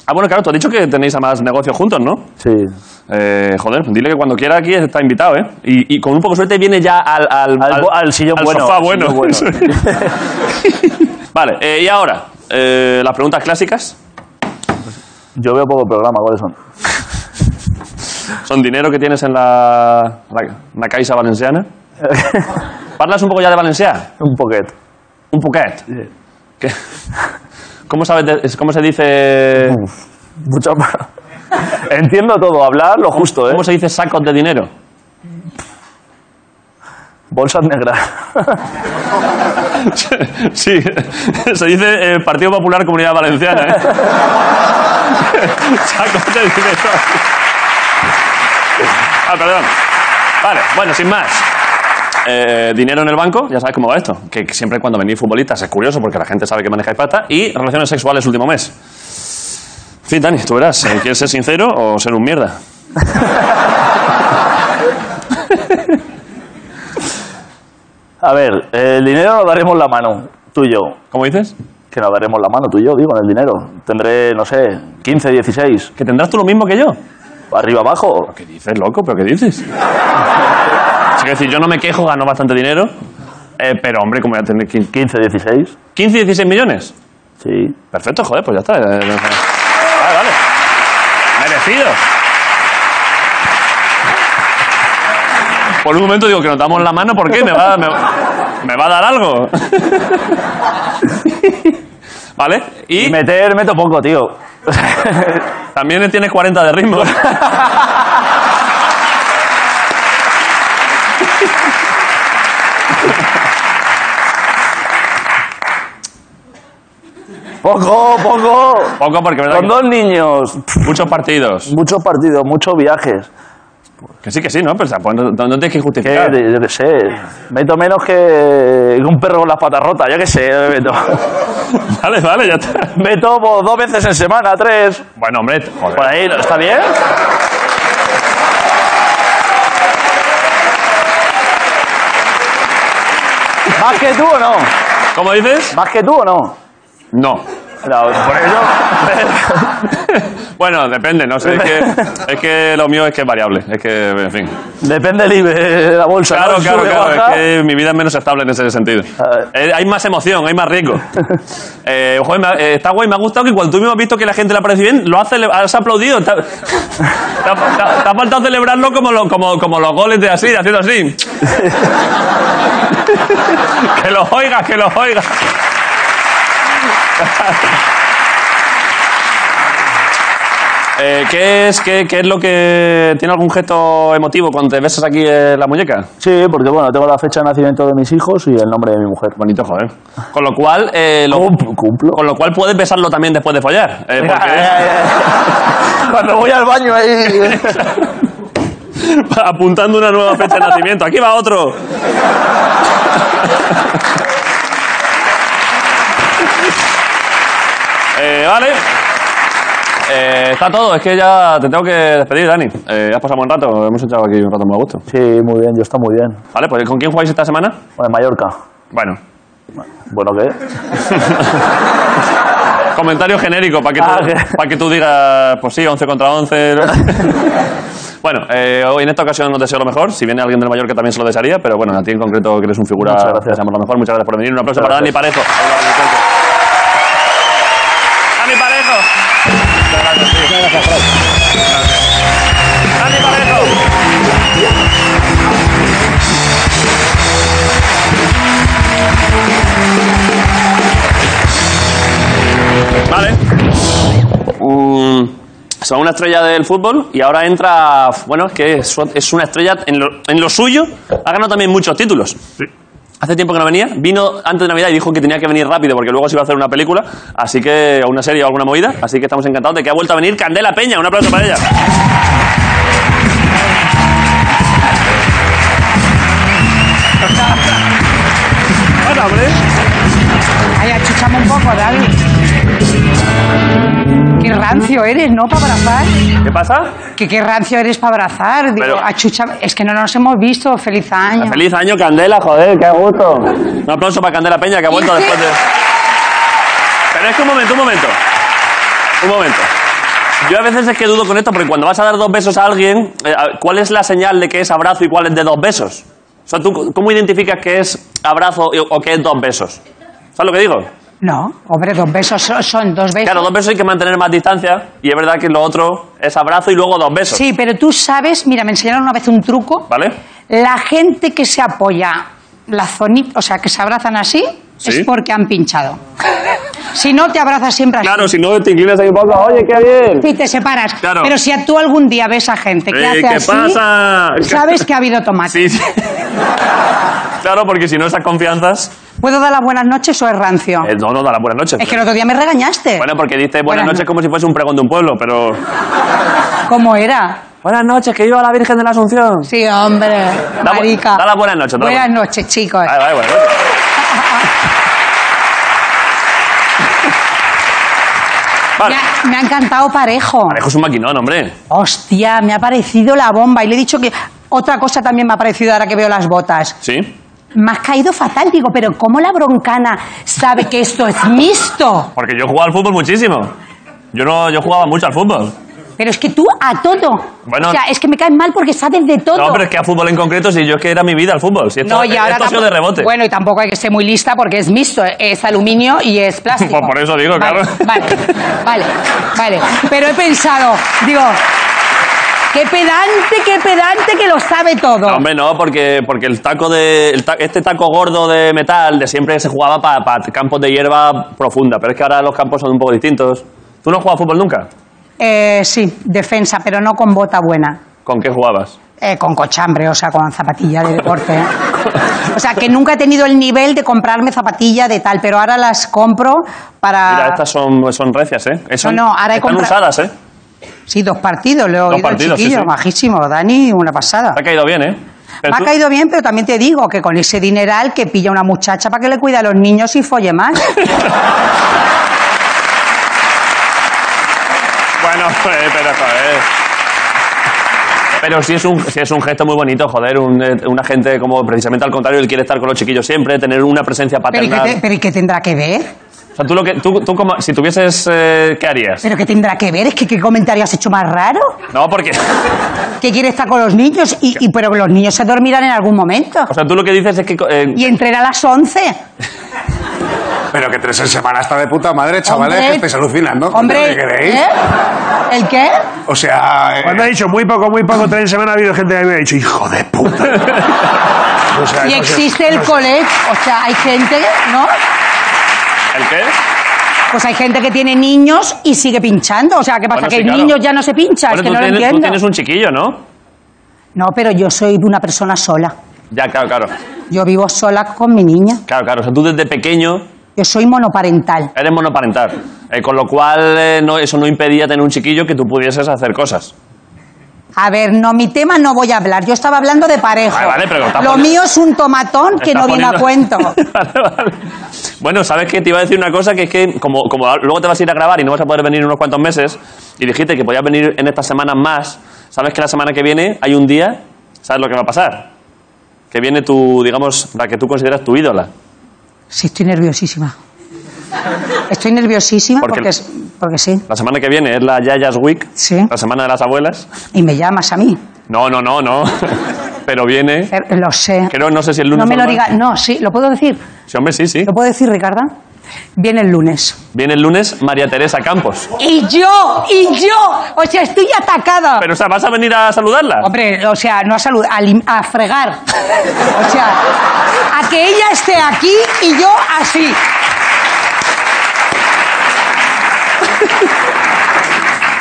S1: Ah, bueno, claro, tú has dicho que tenéis a más negocios juntos, ¿no?
S10: Sí.
S1: Eh, joder, dile que cuando quiera aquí está invitado, ¿eh? Y, y con un poco de suerte viene ya al, al,
S10: Al bo- al sillón bueno,
S1: sofá
S10: al
S1: bueno.
S10: sillón
S1: vale, eh, y ahora, eh, las preguntas clásicas.
S10: Yo veo poco programa, ¿cuáles son?
S1: Son dinero que tienes en la, la, la Caixa Valenciana. ¿Parlas un poco ya de Valencià?
S10: un poquet.
S1: Un poquet. ¿Qué? ¿Cómo, sabes de- ¿Cómo se dice...?
S10: Mucho más. Entiendo todo, hablar lo justo, ¿eh?
S1: ¿Cómo se dice sacos de dinero?
S10: Bolsas negras.
S1: Sí, se dice eh, Partido Popular Comunidad Valenciana. ¿eh? Sacos de dinero. Ah, perdón. Vale, bueno, sin más. Eh, dinero en el banco, ya sabes cómo va esto. Que siempre cuando venís futbolistas es curioso porque la gente sabe que manejáis pata. Y relaciones sexuales último mes. En fin, Dani, tú verás. eh, ¿Quieres ser sincero o ser un mierda?
S10: A ver, el dinero nos daremos la mano, tú y yo.
S1: ¿Cómo dices?
S10: Que nos daremos la mano, tú y yo, digo, en el dinero. Tendré, no sé, 15, 16.
S1: ¿Que tendrás tú lo mismo que yo?
S10: Arriba, abajo.
S1: ¿Qué dices, loco? ¿Pero qué dices? Es decir, yo no me quejo, gano bastante dinero. eh, pero, hombre, como voy a tener 15,
S10: 15, 16.
S1: 15, 16 millones?
S10: Sí.
S1: Perfecto, joder, pues ya está. eh, eh, eh. Vale, vale. Merecido. Por un momento digo que nos damos la mano, ¿por qué? ¿Me va, me, me va a dar algo? ¿Vale? Y
S10: Y meter, meto poco, tío.
S1: también tienes 40 de ritmo.
S10: Poco, poco.
S1: Poco porque, ¿verdad?
S10: Con
S1: que-
S10: dos niños.
S1: Muchos partidos.
S10: Muchos partidos, muchos viajes.
S1: Que sí, que sí, ¿no? Pero o sea, pues, no, no tienes que
S10: Que,
S1: justificar.
S10: de- yo qué sé, meto menos que un perro con las patas rotas, yo qué sé, meto.
S1: Vale, vale, ya está.
S10: Meto pues, dos veces en semana, tres.
S1: Bueno, hombre, joder.
S10: Por ahí, ¿no? ¿está bien? ¿Más que tú o no?
S1: pues, ¿Cómo dices?
S10: ¿Más que tú o no?
S1: No.
S10: No, por eso.
S1: bueno, depende, no sé. Es que, es que lo mío es que es variable. Es que, en fin.
S10: Depende del IBE, de la bolsa.
S1: Claro,
S10: ¿no?
S1: claro,
S10: Sube,
S1: claro.
S10: baja.
S1: Es que mi vida es menos estable en ese sentido. Eh, hay más emoción, hay más riesgo. Eh, joder, me ha- eh, está guay, me ha gustado que cuando tú mismo has visto que la gente le ha parecido bien, lo has, cele- has aplaudido. Te ha, te ha- te ha- te ha faltado celebrarlo como, lo- como, como los goles de así, haciendo así. que los oigas, que los oigas. Eh, ¿qué, es, qué, qué es lo que. ¿Tiene algún gesto emotivo cuando te besas aquí eh, la muñeca?
S10: Sí, porque bueno, tengo la fecha de nacimiento de mis hijos y el nombre de mi mujer.
S1: Bonito, joder. Con lo cual. eh, lo-
S10: Cum- cumplo.
S1: con lo cual puedes besarlo también después de follar. eh, porque-
S10: Cuando voy al baño ahí.
S1: apuntando una nueva fecha de nacimiento. Aquí va otro. Eh, vale. Eh, está todo, es que ya te tengo que despedir, Dani. Eh, has pasado un rato, hemos echado aquí un rato muy a gusto.
S10: Sí, muy bien, yo está muy bien.
S1: Vale, pues ¿con quién jugáis esta semana?
S10: Bueno, en Mallorca.
S1: Bueno,
S10: Bueno, ¿qué?
S1: Comentario genérico para que, tú-
S10: Ah, ok.
S1: para que tú digas, pues sí, 11 contra 11. ¿no? bueno, eh, hoy en esta ocasión no deseo lo mejor. Si viene alguien del mayor que también se lo desearía, pero bueno, a ti en concreto que eres un figura.
S10: Muchas gracias.
S1: deseamos lo mejor. Muchas gracias por venir. Un aplauso para Dani
S10: Gracias.
S1: Parejo. Dani Parejo. Muchas gracias, sí. Dani Parejo. Vale. Mm, son una estrella del fútbol y ahora entra. Bueno, es que es, es una estrella en lo, en lo suyo. Ha ganado también muchos títulos. Hace tiempo que no venía. Vino antes de Navidad y dijo que tenía que venir rápido porque luego se iba a hacer una película, así que o una serie o alguna movida. Así que estamos encantados de que ha vuelto a venir Candela Peña. Un aplauso para ella. Hola, hombre.
S13: Ay, achúchame un poco, David. Qué rancio eres, ¿no? Para abrazar.
S1: ¿Qué pasa?
S13: Que qué rancio eres para abrazar. Digo, achúchame. Es que no nos hemos visto. Feliz año.
S1: Feliz año, Candela, joder, qué gusto. Un aplauso para Candela Peña, que ha vuelto después de... Pero es que un momento, un momento. Un momento. Yo a veces es que dudo con esto, porque cuando vas a dar dos besos a alguien, eh, a- ¿cuál es la señal de que es abrazo y cuál es de dos besos? O sea, ¿tú cómo identificas que es abrazo y- o que es dos besos? ¿Sabes lo que digo?
S13: No, hombre, dos besos son, son dos besos.
S1: Claro, dos besos hay que mantener más distancia, y es verdad que lo otro es abrazo y luego dos besos.
S13: Sí, pero tú sabes, mira, me enseñaron una vez un truco.
S1: ¿Vale?
S13: La gente que se apoya la zonita, o sea, que se abrazan así,
S1: Sí.
S13: es porque han pinchado. Si no, te abrazas siempre así.
S1: Claro, si no te inclinas ahí un poco, oye, qué bien.
S13: Y te separas.
S1: Claro.
S13: Pero si a tú algún día ves a gente que
S1: Eh,
S13: hace
S1: ¿qué
S13: así,
S1: pasa?
S13: sabes que ha habido tomate.
S1: Claro, porque si no esas confianzas...
S13: ¿Puedo dar las buenas noches o es rancio?
S1: Eh, no, no, da las buenas noches.
S13: Es que el otro día me regañaste.
S1: Bueno, porque dice buenas,
S13: Buenas
S1: noches como si fuese un pregón de un pueblo, pero... pues-
S13: ¿Cómo era?
S1: Buenas noches, que viva la Virgen de la Asunción.
S13: Sí, hombre,
S1: Da bu-
S13: marica.
S1: da las buenas noches, da las
S13: Buenas noches, chicos.
S1: Ah, Vale, vale, buenas noches.
S13: Me, ha, me ha encantado Parejo.
S1: Parejo es un maquinón, hombre.
S13: Hostia, me ha parecido la bomba. Y le he dicho que otra cosa también me ha parecido ahora que veo las botas.
S1: Sí.
S13: Me has caído fatal, digo, pero ¿cómo la broncana sabe que esto es mixto?
S1: Porque yo jugaba al fútbol muchísimo. Yo no, yo jugaba mucho al fútbol.
S13: Pero es que tú a todo.
S1: Bueno-
S13: o sea, es que me caes mal porque sabes de todo.
S1: No, pero es que a fútbol en concreto, si yo es que era mi vida al fútbol. Si esto,
S13: No, y ahora
S1: esto ha sido
S13: tampoco-
S1: de rebote.
S13: Bueno, y tampoco hay que ser muy lista porque es mixto, es aluminio y es plástico.
S1: Pues por eso digo,
S13: Vale,
S1: claro.
S13: Vale, vale, vale. Pero he pensado, digo, qué pedante, qué pedante que lo sabe todo.
S1: No, hombre, no, porque, porque el taco de, el ta- este taco gordo de metal de siempre se jugaba para campos de hierba profunda, pero es que ahora los campos son un poco distintos. ¿Tú no has jugado a fútbol nunca?
S13: Eh, sí, defensa, pero no con bota buena.
S1: ¿Con qué jugabas?
S13: Eh, con cochambre, o sea, con zapatilla de deporte. ¿eh? O sea, que nunca he tenido el nivel de comprarme zapatilla de tal, pero ahora las compro para...
S1: Mira, estas son, son recias, ¿eh? Eh, son-
S13: Ah. No, no, ahora he
S1: están
S13: compra-
S1: usadas, ¿eh?
S13: Sí, dos partidos, le he oído al
S1: partidos, sí,
S13: chiquillo,
S1: sí.
S13: majísimo. Dani, una pasada.
S1: Te ha caído bien, ¿eh? Pero
S13: Me ha
S1: tú-
S13: caído bien, pero también te digo que con ese dineral que pilla una muchacha para que le cuida a los niños y folle más.
S1: Bueno, eh, pero joder. Pero sí es, un, sí es un gesto muy bonito, joder, un, eh, una gente como precisamente al contrario, él quiere estar con los chiquillos siempre, tener una presencia
S13: pero, ¿y qué
S1: paternal.
S13: te- pero ¿y qué tendrá que ver?
S1: O sea, tú, lo que, tú, tú como, si tuvieses, eh, ¿qué harías?
S13: ¿Pero qué tendrá que ver? ¿Es que qué comentario has hecho más raro?
S1: No, porque...
S13: Que quiere estar con los niños y, y- pero los niños se dormirán en algún momento.
S1: O sea, tú lo que dices es que... co- eh,
S13: Y entren a las 11.
S4: Pero que tres en semana está de puta madre, chavales,
S13: Hombre.
S4: que estáis alucinando.
S13: Hombre,
S4: ¿Qué queréis?
S13: ¿eh? ¿El qué?
S4: O sea... eh,
S3: Cuando ha dicho muy poco, muy poco, tres semanas ha habido gente que me ha dicho, hijo de puta. O sea, no
S13: Y
S3: sé,
S13: existe el
S3: no sé.
S13: colegio, o sea, hay gente, ¿no?
S1: ¿El qué?
S13: Pues hay gente que tiene niños y sigue pinchando. O sea, ¿qué pasa?
S1: Bueno,
S13: que
S1: sí,
S13: el
S1: claro.
S13: niño ya no se pincha,
S1: Bueno,
S13: es que
S1: tú,
S13: no lo
S1: tienes, tú
S13: entiendo.
S1: tienes un chiquillo, ¿no?
S13: No, pero yo soy de una persona sola.
S1: Ya, claro, claro.
S13: Yo vivo sola con mi niña.
S1: Claro, claro. O sea, tú desde pequeño
S13: Yo soy monoparental.
S1: Eres monoparental. Eh, con lo cual, eh, no, eso no impedía tener un chiquillo que tú pudieses hacer cosas.
S13: A ver, no, mi tema no voy a hablar. Yo estaba hablando de pareja.
S1: Vale, vale, pero está
S13: Lo
S1: poni-
S13: mío es un tomatón que
S1: está
S13: no viene a
S1: poniendo-
S13: cuento.
S1: Bueno, ¿sabes qué? Te iba a decir una cosa que es que, como, como a- luego te vas a ir a grabar y no vas a poder venir en unos cuantos meses, y dijiste que podías venir en estas semanas más, ¿sabes que la semana que viene hay un día? ¿Sabes lo que va a pasar? Que viene tu, digamos, la que tú consideras tu ídola.
S13: Sí, estoy nerviosísima. Estoy nerviosísima
S1: Porque-
S13: porque, es- porque sí.
S1: La semana que viene es la Yayas Week,
S13: Sí.
S1: la semana de las abuelas.
S13: Y me llamas a mí.
S1: No, no, no, no. Pero viene.
S13: Pero Lo sé.
S1: Creo, no sé si el lunes.
S13: No me
S1: o
S13: lo
S1: el
S13: digas.
S1: martes.
S13: No, sí, lo puedo decir.
S1: Sí, hombre, sí, sí.
S13: Lo puedo decir, Ricarda. Viene el lunes.
S1: Viene el lunes María Teresa Campos.
S13: Y yo, y yo. O sea, estoy atacada.
S1: Pero, o sea, ¿vas a venir a saludarla?
S13: Hombre, o sea, no a salud, a, lim- a fregar. O sea, a que ella esté aquí y yo así.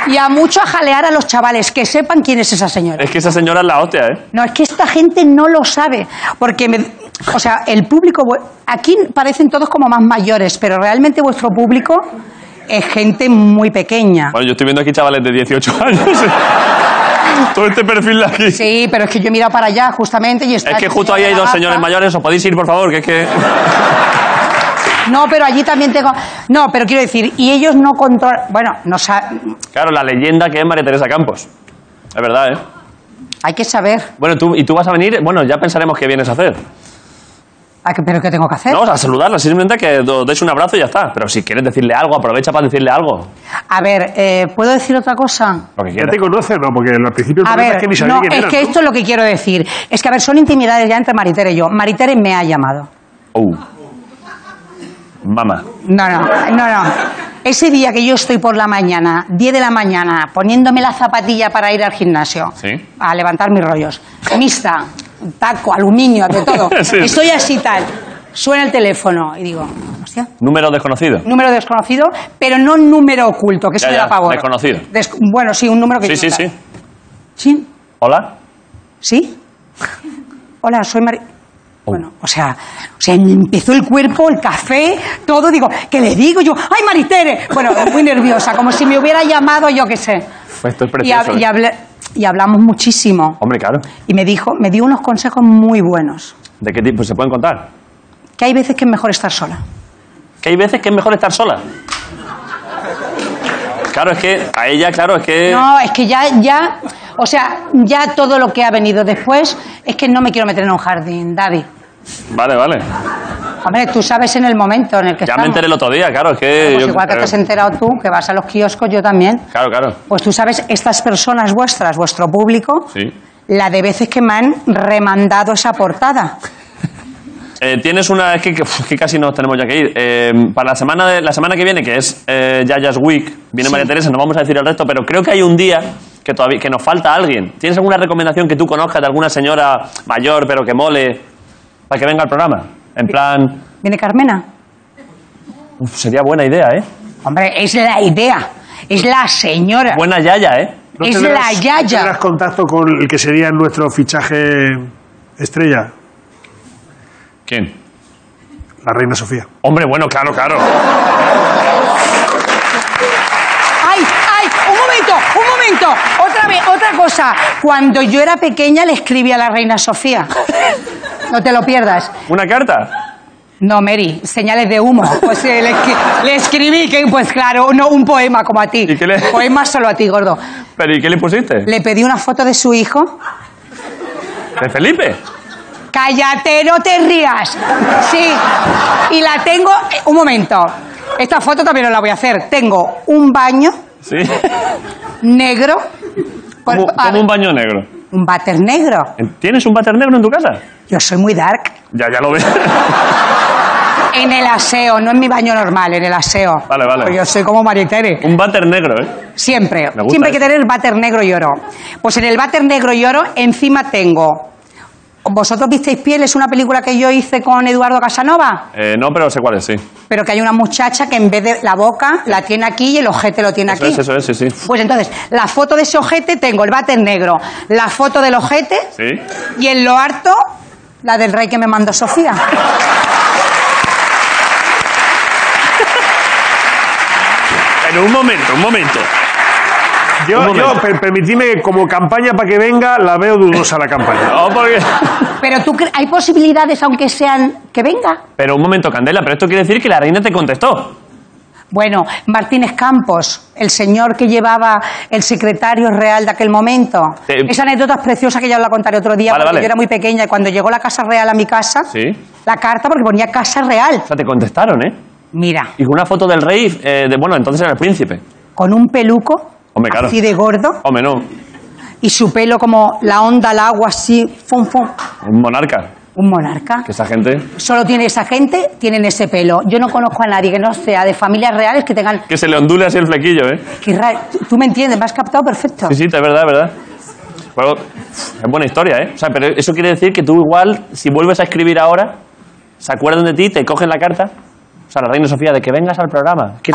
S13: Y a mucho a jalear a los chavales, que sepan quién es esa señora.
S1: Es que esa señora es la hostia, ¿eh?
S13: No, es que esta gente no lo sabe, porque, me- o sea, el público, vu- aquí parecen todos como más mayores, pero realmente vuestro público es gente muy pequeña.
S1: Bueno, yo estoy viendo aquí chavales de 18 años. Todo este perfil de aquí.
S13: Sí, pero es que yo he mirado para allá justamente y está...
S1: Es que justo ahí hay dos señores mayores, os podéis ir, por favor, que es que...
S13: No, pero allí también tengo... No, pero quiero decir, y ellos no controlan... Bueno, no sa-
S1: Claro, la leyenda que es María Teresa Campos. Es verdad, ¿eh?
S13: hay que saber
S1: Bueno, tú, y tú vas a venir, bueno, ya pensaremos qué vienes a hacer.
S13: a qué- pero qué tengo que hacer.
S1: No, o sea, a saludarla, simplemente que os deis un abrazo y ya está. Pero si quieres decirle algo, aprovecha para decirle algo.
S13: A ver, eh, ¿puedo decir otra cosa?
S1: Lo que
S3: ¿Ya
S1: quieras.
S3: te conoces? No, porque al principio el
S13: A
S3: problema
S13: ver,
S3: es que ni sabía
S13: no,
S3: quién
S13: es
S3: eras,
S13: que
S3: ¿no?
S13: esto es lo que quiero decir. Es que, a ver, son intimidades ya entre Maritere y yo. Maritere me ha llamado.
S1: Oh. Mama.
S13: No, no, no, no. Ese día que yo estoy por la mañana, 10 de la mañana, poniéndome la zapatilla para ir al gimnasio,
S1: Sí.
S13: a levantar mis rollos, mixta, taco, aluminio, de todo.
S1: Sí.
S13: Estoy así tal. Suena el teléfono y digo, hostia,
S1: Número desconocido.
S13: número desconocido, pero no número oculto, que
S1: Ya,
S13: eso me
S1: ya,
S13: da pavor.
S1: desconocido.
S13: Des- bueno, sí, un número
S1: Sí,
S13: que yo
S1: sí,
S13: no
S1: sí.
S13: sé. ¿Sí?
S1: Hola.
S13: ¿Sí? Hola, soy Mari...
S1: Oh.
S13: Bueno, o sea, o sea, me empezó el cuerpo, el café, todo. Digo, ¿qué le digo yo? ¡Ay, Maritere! Bueno, muy nerviosa, como si me hubiera llamado, yo qué sé.
S1: Esto es
S13: Y, hab-
S1: precioso.
S13: y
S1: ¿eh? Oh.
S13: habla- y hablamos muchísimo.
S1: Hombre, claro.
S13: Y me dijo, me dio unos consejos muy buenos.
S1: ¿De qué tipo se pueden contar?
S13: Que hay veces que es mejor estar sola.
S1: Que hay veces que es mejor estar sola. Claro, es que a ella, claro, es que...
S13: No, es que ya, ya, o sea, ya todo lo que ha venido después es que no me quiero meter en un jardín, David.
S1: Vale, vale.
S13: Hombre, tú sabes en el momento en el que
S1: Ya me
S13: estamos.
S1: enteré el otro día, claro, es que...
S13: Pues
S1: yo-
S13: igual que
S1: claro.
S13: te has enterado tú, que vas a los kioscos, yo también.
S1: Claro, claro.
S13: Pues tú sabes, estas personas vuestras, vuestro público,
S1: Sí.
S13: la de veces que me han remandado esa portada.
S1: Eh, tienes una... Es que, que- uf, que casi nos tenemos ya que ir. Eh, para la semana, de- la semana que viene, que es eh, Yayas Week, viene María Teresa, no vamos a decir el resto, pero creo que hay un día que todavía que nos falta alguien. ¿Tienes alguna recomendación que tú conozcas de alguna señora mayor, pero que mole, para que venga al programa? En plan...
S13: ¿Viene Carmena?
S1: uf, sería buena idea, ¿eh?
S13: Hombre, es la idea, es la señora.
S1: Buena Yaya, ¿eh?
S3: ¿No
S13: es
S3: tendrás-
S13: la
S3: no
S13: yaya.
S3: ¿Tendrás contacto con el que sería nuestro fichaje estrella?
S1: ¿Quién?
S3: La reina Sofía.
S1: Hombre, bueno, claro, claro.
S13: ¡Ay, ay! ¡Un momento, un momento! Otra vez, otra cosa. Cuando yo era pequeña le escribí a la reina Sofía. No te lo pierdas.
S1: ¿Una carta?
S13: No, Mary, señales de humo. O sea, le, escri- le escribí que, pues claro, no un poema como a ti.
S1: ¿Y qué le-
S13: Poema solo a ti, gordo.
S1: ¿Pero y qué le pusiste?
S13: Le pedí una foto de su hijo.
S1: ¿De Felipe?
S13: Cállate, no te rías. Sí. Y la tengo. eh, Un momento. Esta foto también os la voy a hacer. Tengo un baño
S1: Sí.
S13: negro. con-
S1: Como,
S13: Pues, a
S1: como
S13: ver,
S1: un baño negro.
S13: un váter negro.
S1: ¿Tienes un váter negro en tu casa?
S13: Yo soy muy dark.
S1: Ya, ya lo ves.
S13: En el aseo, no en mi baño normal, en el aseo.
S1: Vale, vale.
S13: Pues yo soy como Maritere.
S1: un váter negro, ¿eh?
S13: Siempre.
S1: Me gusta
S13: Siempre hay que
S1: eso.
S13: tener váter negro y oro. Pues en el váter negro y oro, encima tengo. ¿Vosotros visteis Piel? Es una película que yo hice con Eduardo Casanova.
S1: Eh, no, pero sé cuál es, sí.
S13: Pero que hay una muchacha que en vez de la boca la tiene aquí y el ojete lo tiene
S1: Eso
S13: aquí.
S1: es, eso es, sí, sí.
S13: Pues entonces, la foto de ese ojete tengo el váter negro, la foto del ojete
S1: Sí.
S13: y en lo harto la del rey que me mandó Sofía.
S1: Pero un momento, un momento. Un
S3: Yo,
S1: momento.
S3: yo per- permitidme que como campaña para que venga, la veo dudosa la campaña.
S1: No, Oh, porque...
S13: Pero tú cre- hay posibilidades, aunque sean que venga.
S1: Pero un momento, Candela, pero esto quiere decir que la reina te contestó.
S13: Bueno, Martínez Campos, el señor que llevaba el secretario real de aquel momento.
S1: Eh,
S13: Esa anécdota es preciosa que ya os la contaré otro día,
S1: Vale,
S13: porque
S1: vale.
S13: yo era muy pequeña y cuando llegó la Casa Real a mi casa,
S1: Sí.
S13: la carta, porque ponía Casa Real,
S1: O sea, te contestaron, ¿eh?
S13: Mira.
S1: Y con una foto del rey, eh, de, bueno, entonces era el príncipe.
S13: con un peluco
S1: Hombre, claro.
S13: así de gordo
S1: Hombre, no.
S13: y su pelo como la onda al agua así, fum, fum.
S1: Un monarca.
S13: Un monarca.
S1: Que esa gente.
S13: Solo tiene esa gente, tienen ese pelo. Yo no conozco a nadie que no sea de familias reales que tengan...
S1: Que se le ondule así el flequillo, ¿eh?
S13: que ra- tú- Tú me entiendes, me has captado perfecto.
S1: Sí, sí, es verdad, es verdad. Pero, es buena historia, ¿eh? O sea, pero eso quiere decir que tú igual, si vuelves a escribir ahora, se acuerdan de ti, te cogen la carta. O sea, la reina Sofía, de que vengas al programa. Que-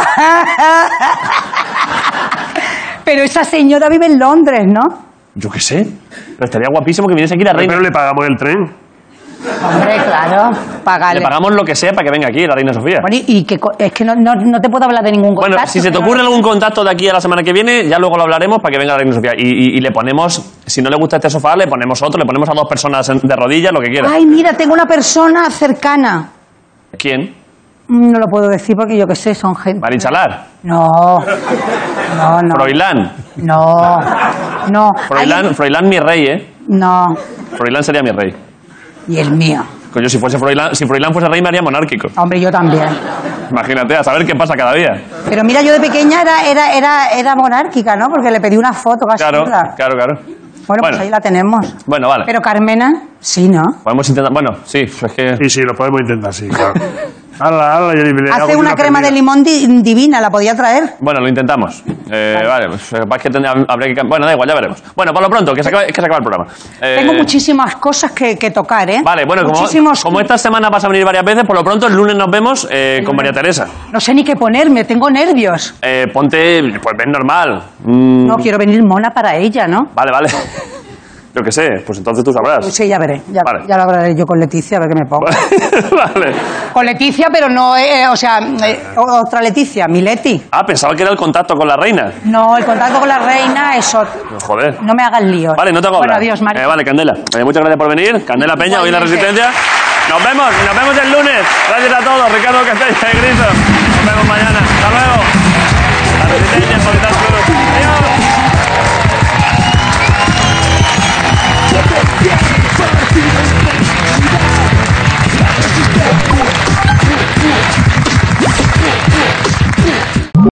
S13: Pero esa señora vive en Londres, ¿no?
S1: Yo qué sé. Pero estaría guapísimo que viniese aquí la reina. Pero le pagamos el tren.
S13: Hombre, claro, pagale.
S1: Le pagamos lo que sea para que venga aquí la reina Sofía.
S13: Bueno, y y que co- es que no, no- no te puedo hablar de ningún contacto.
S1: Bueno, si se te
S13: pero-
S1: ocurre algún contacto de aquí a la semana que viene, ya luego lo hablaremos para que venga la reina Sofía. Y, y- y le ponemos, si no le gusta este sofá, le ponemos otro, le ponemos a dos personas en- de rodillas, lo que quiera.
S13: Ay, mira, tengo una persona cercana.
S1: ¿Quién?
S13: Mm, No lo puedo decir porque yo qué sé, son gente.
S1: Marichalar.
S13: No, no, no.
S1: Froilán.
S13: No, no.
S1: Froilán, Froilán mi rey, ¿eh?
S13: Hay- No,
S1: Froilán sería mi rey.
S13: y el mío.
S1: Coño, si fuese Froilán, si Froilán fuese rey, me haría monárquico.
S13: Hombre, yo también.
S1: Imagínate, a saber qué pasa cada día.
S13: Pero mira, yo de pequeña era, era, era, era monárquica, ¿no? Porque le pedí una foto casi.
S1: Claro,
S13: ¿verdad?
S1: claro, claro.
S13: Bueno, pues
S1: Bueno.
S13: ahí la tenemos.
S1: Bueno, vale.
S13: Pero Carmena, sí, ¿no?
S1: Podemos intentar. Bueno, sí, es que. Sí, sí, lo podemos intentar, sí, claro.
S13: Hace una crema de limón di- divina, la podía traer.
S1: Bueno, lo intentamos. Eh, vale, pues lo que pasa es que tendría- habría que. cam- Bueno, da igual, ya veremos. Bueno, por lo pronto, que se acaba, que se acaba el programa. Eh,
S13: Tengo muchísimas cosas que, que tocar, ¿eh?
S1: Vale, bueno, como,
S13: Muchísimos-
S1: como esta semana vas a venir varias veces, por lo pronto el lunes nos vemos eh, con María Teresa.
S13: No sé ni qué ponerme, tengo nervios.
S1: Eh, ponte, pues ven normal. Mm,
S13: No, quiero venir mona para ella, ¿no?
S1: Vale, vale. Yo qué sé, pues entonces tú sabrás.
S13: Sí, ya veré. Ya,
S1: Vale.
S13: ya lo hablaré yo con Leticia, a ver qué me pongo.
S1: vale.
S13: con Leticia, pero no, eh, eh, o sea, eh, otra Leticia, mi Leti.
S1: Ah, pensaba que era el contacto con la reina.
S13: No, el contacto con la reina es otro.
S1: Joder.
S13: No me hagas lío.
S1: Vale, no te hago
S13: Bueno,
S1: hablar.
S13: adiós, Mari.
S1: Eh, vale, Candela. Eh, muchas gracias por venir. Candela Peña, hoy en La
S13: Igualmente.
S1: Resistencia. Nos vemos, y nos vemos el lunes. Gracias a todos. Ricardo eh, Castella, Grito. Nos vemos mañana. Hasta luego. La Resistencia, Podcast Club. Adiós.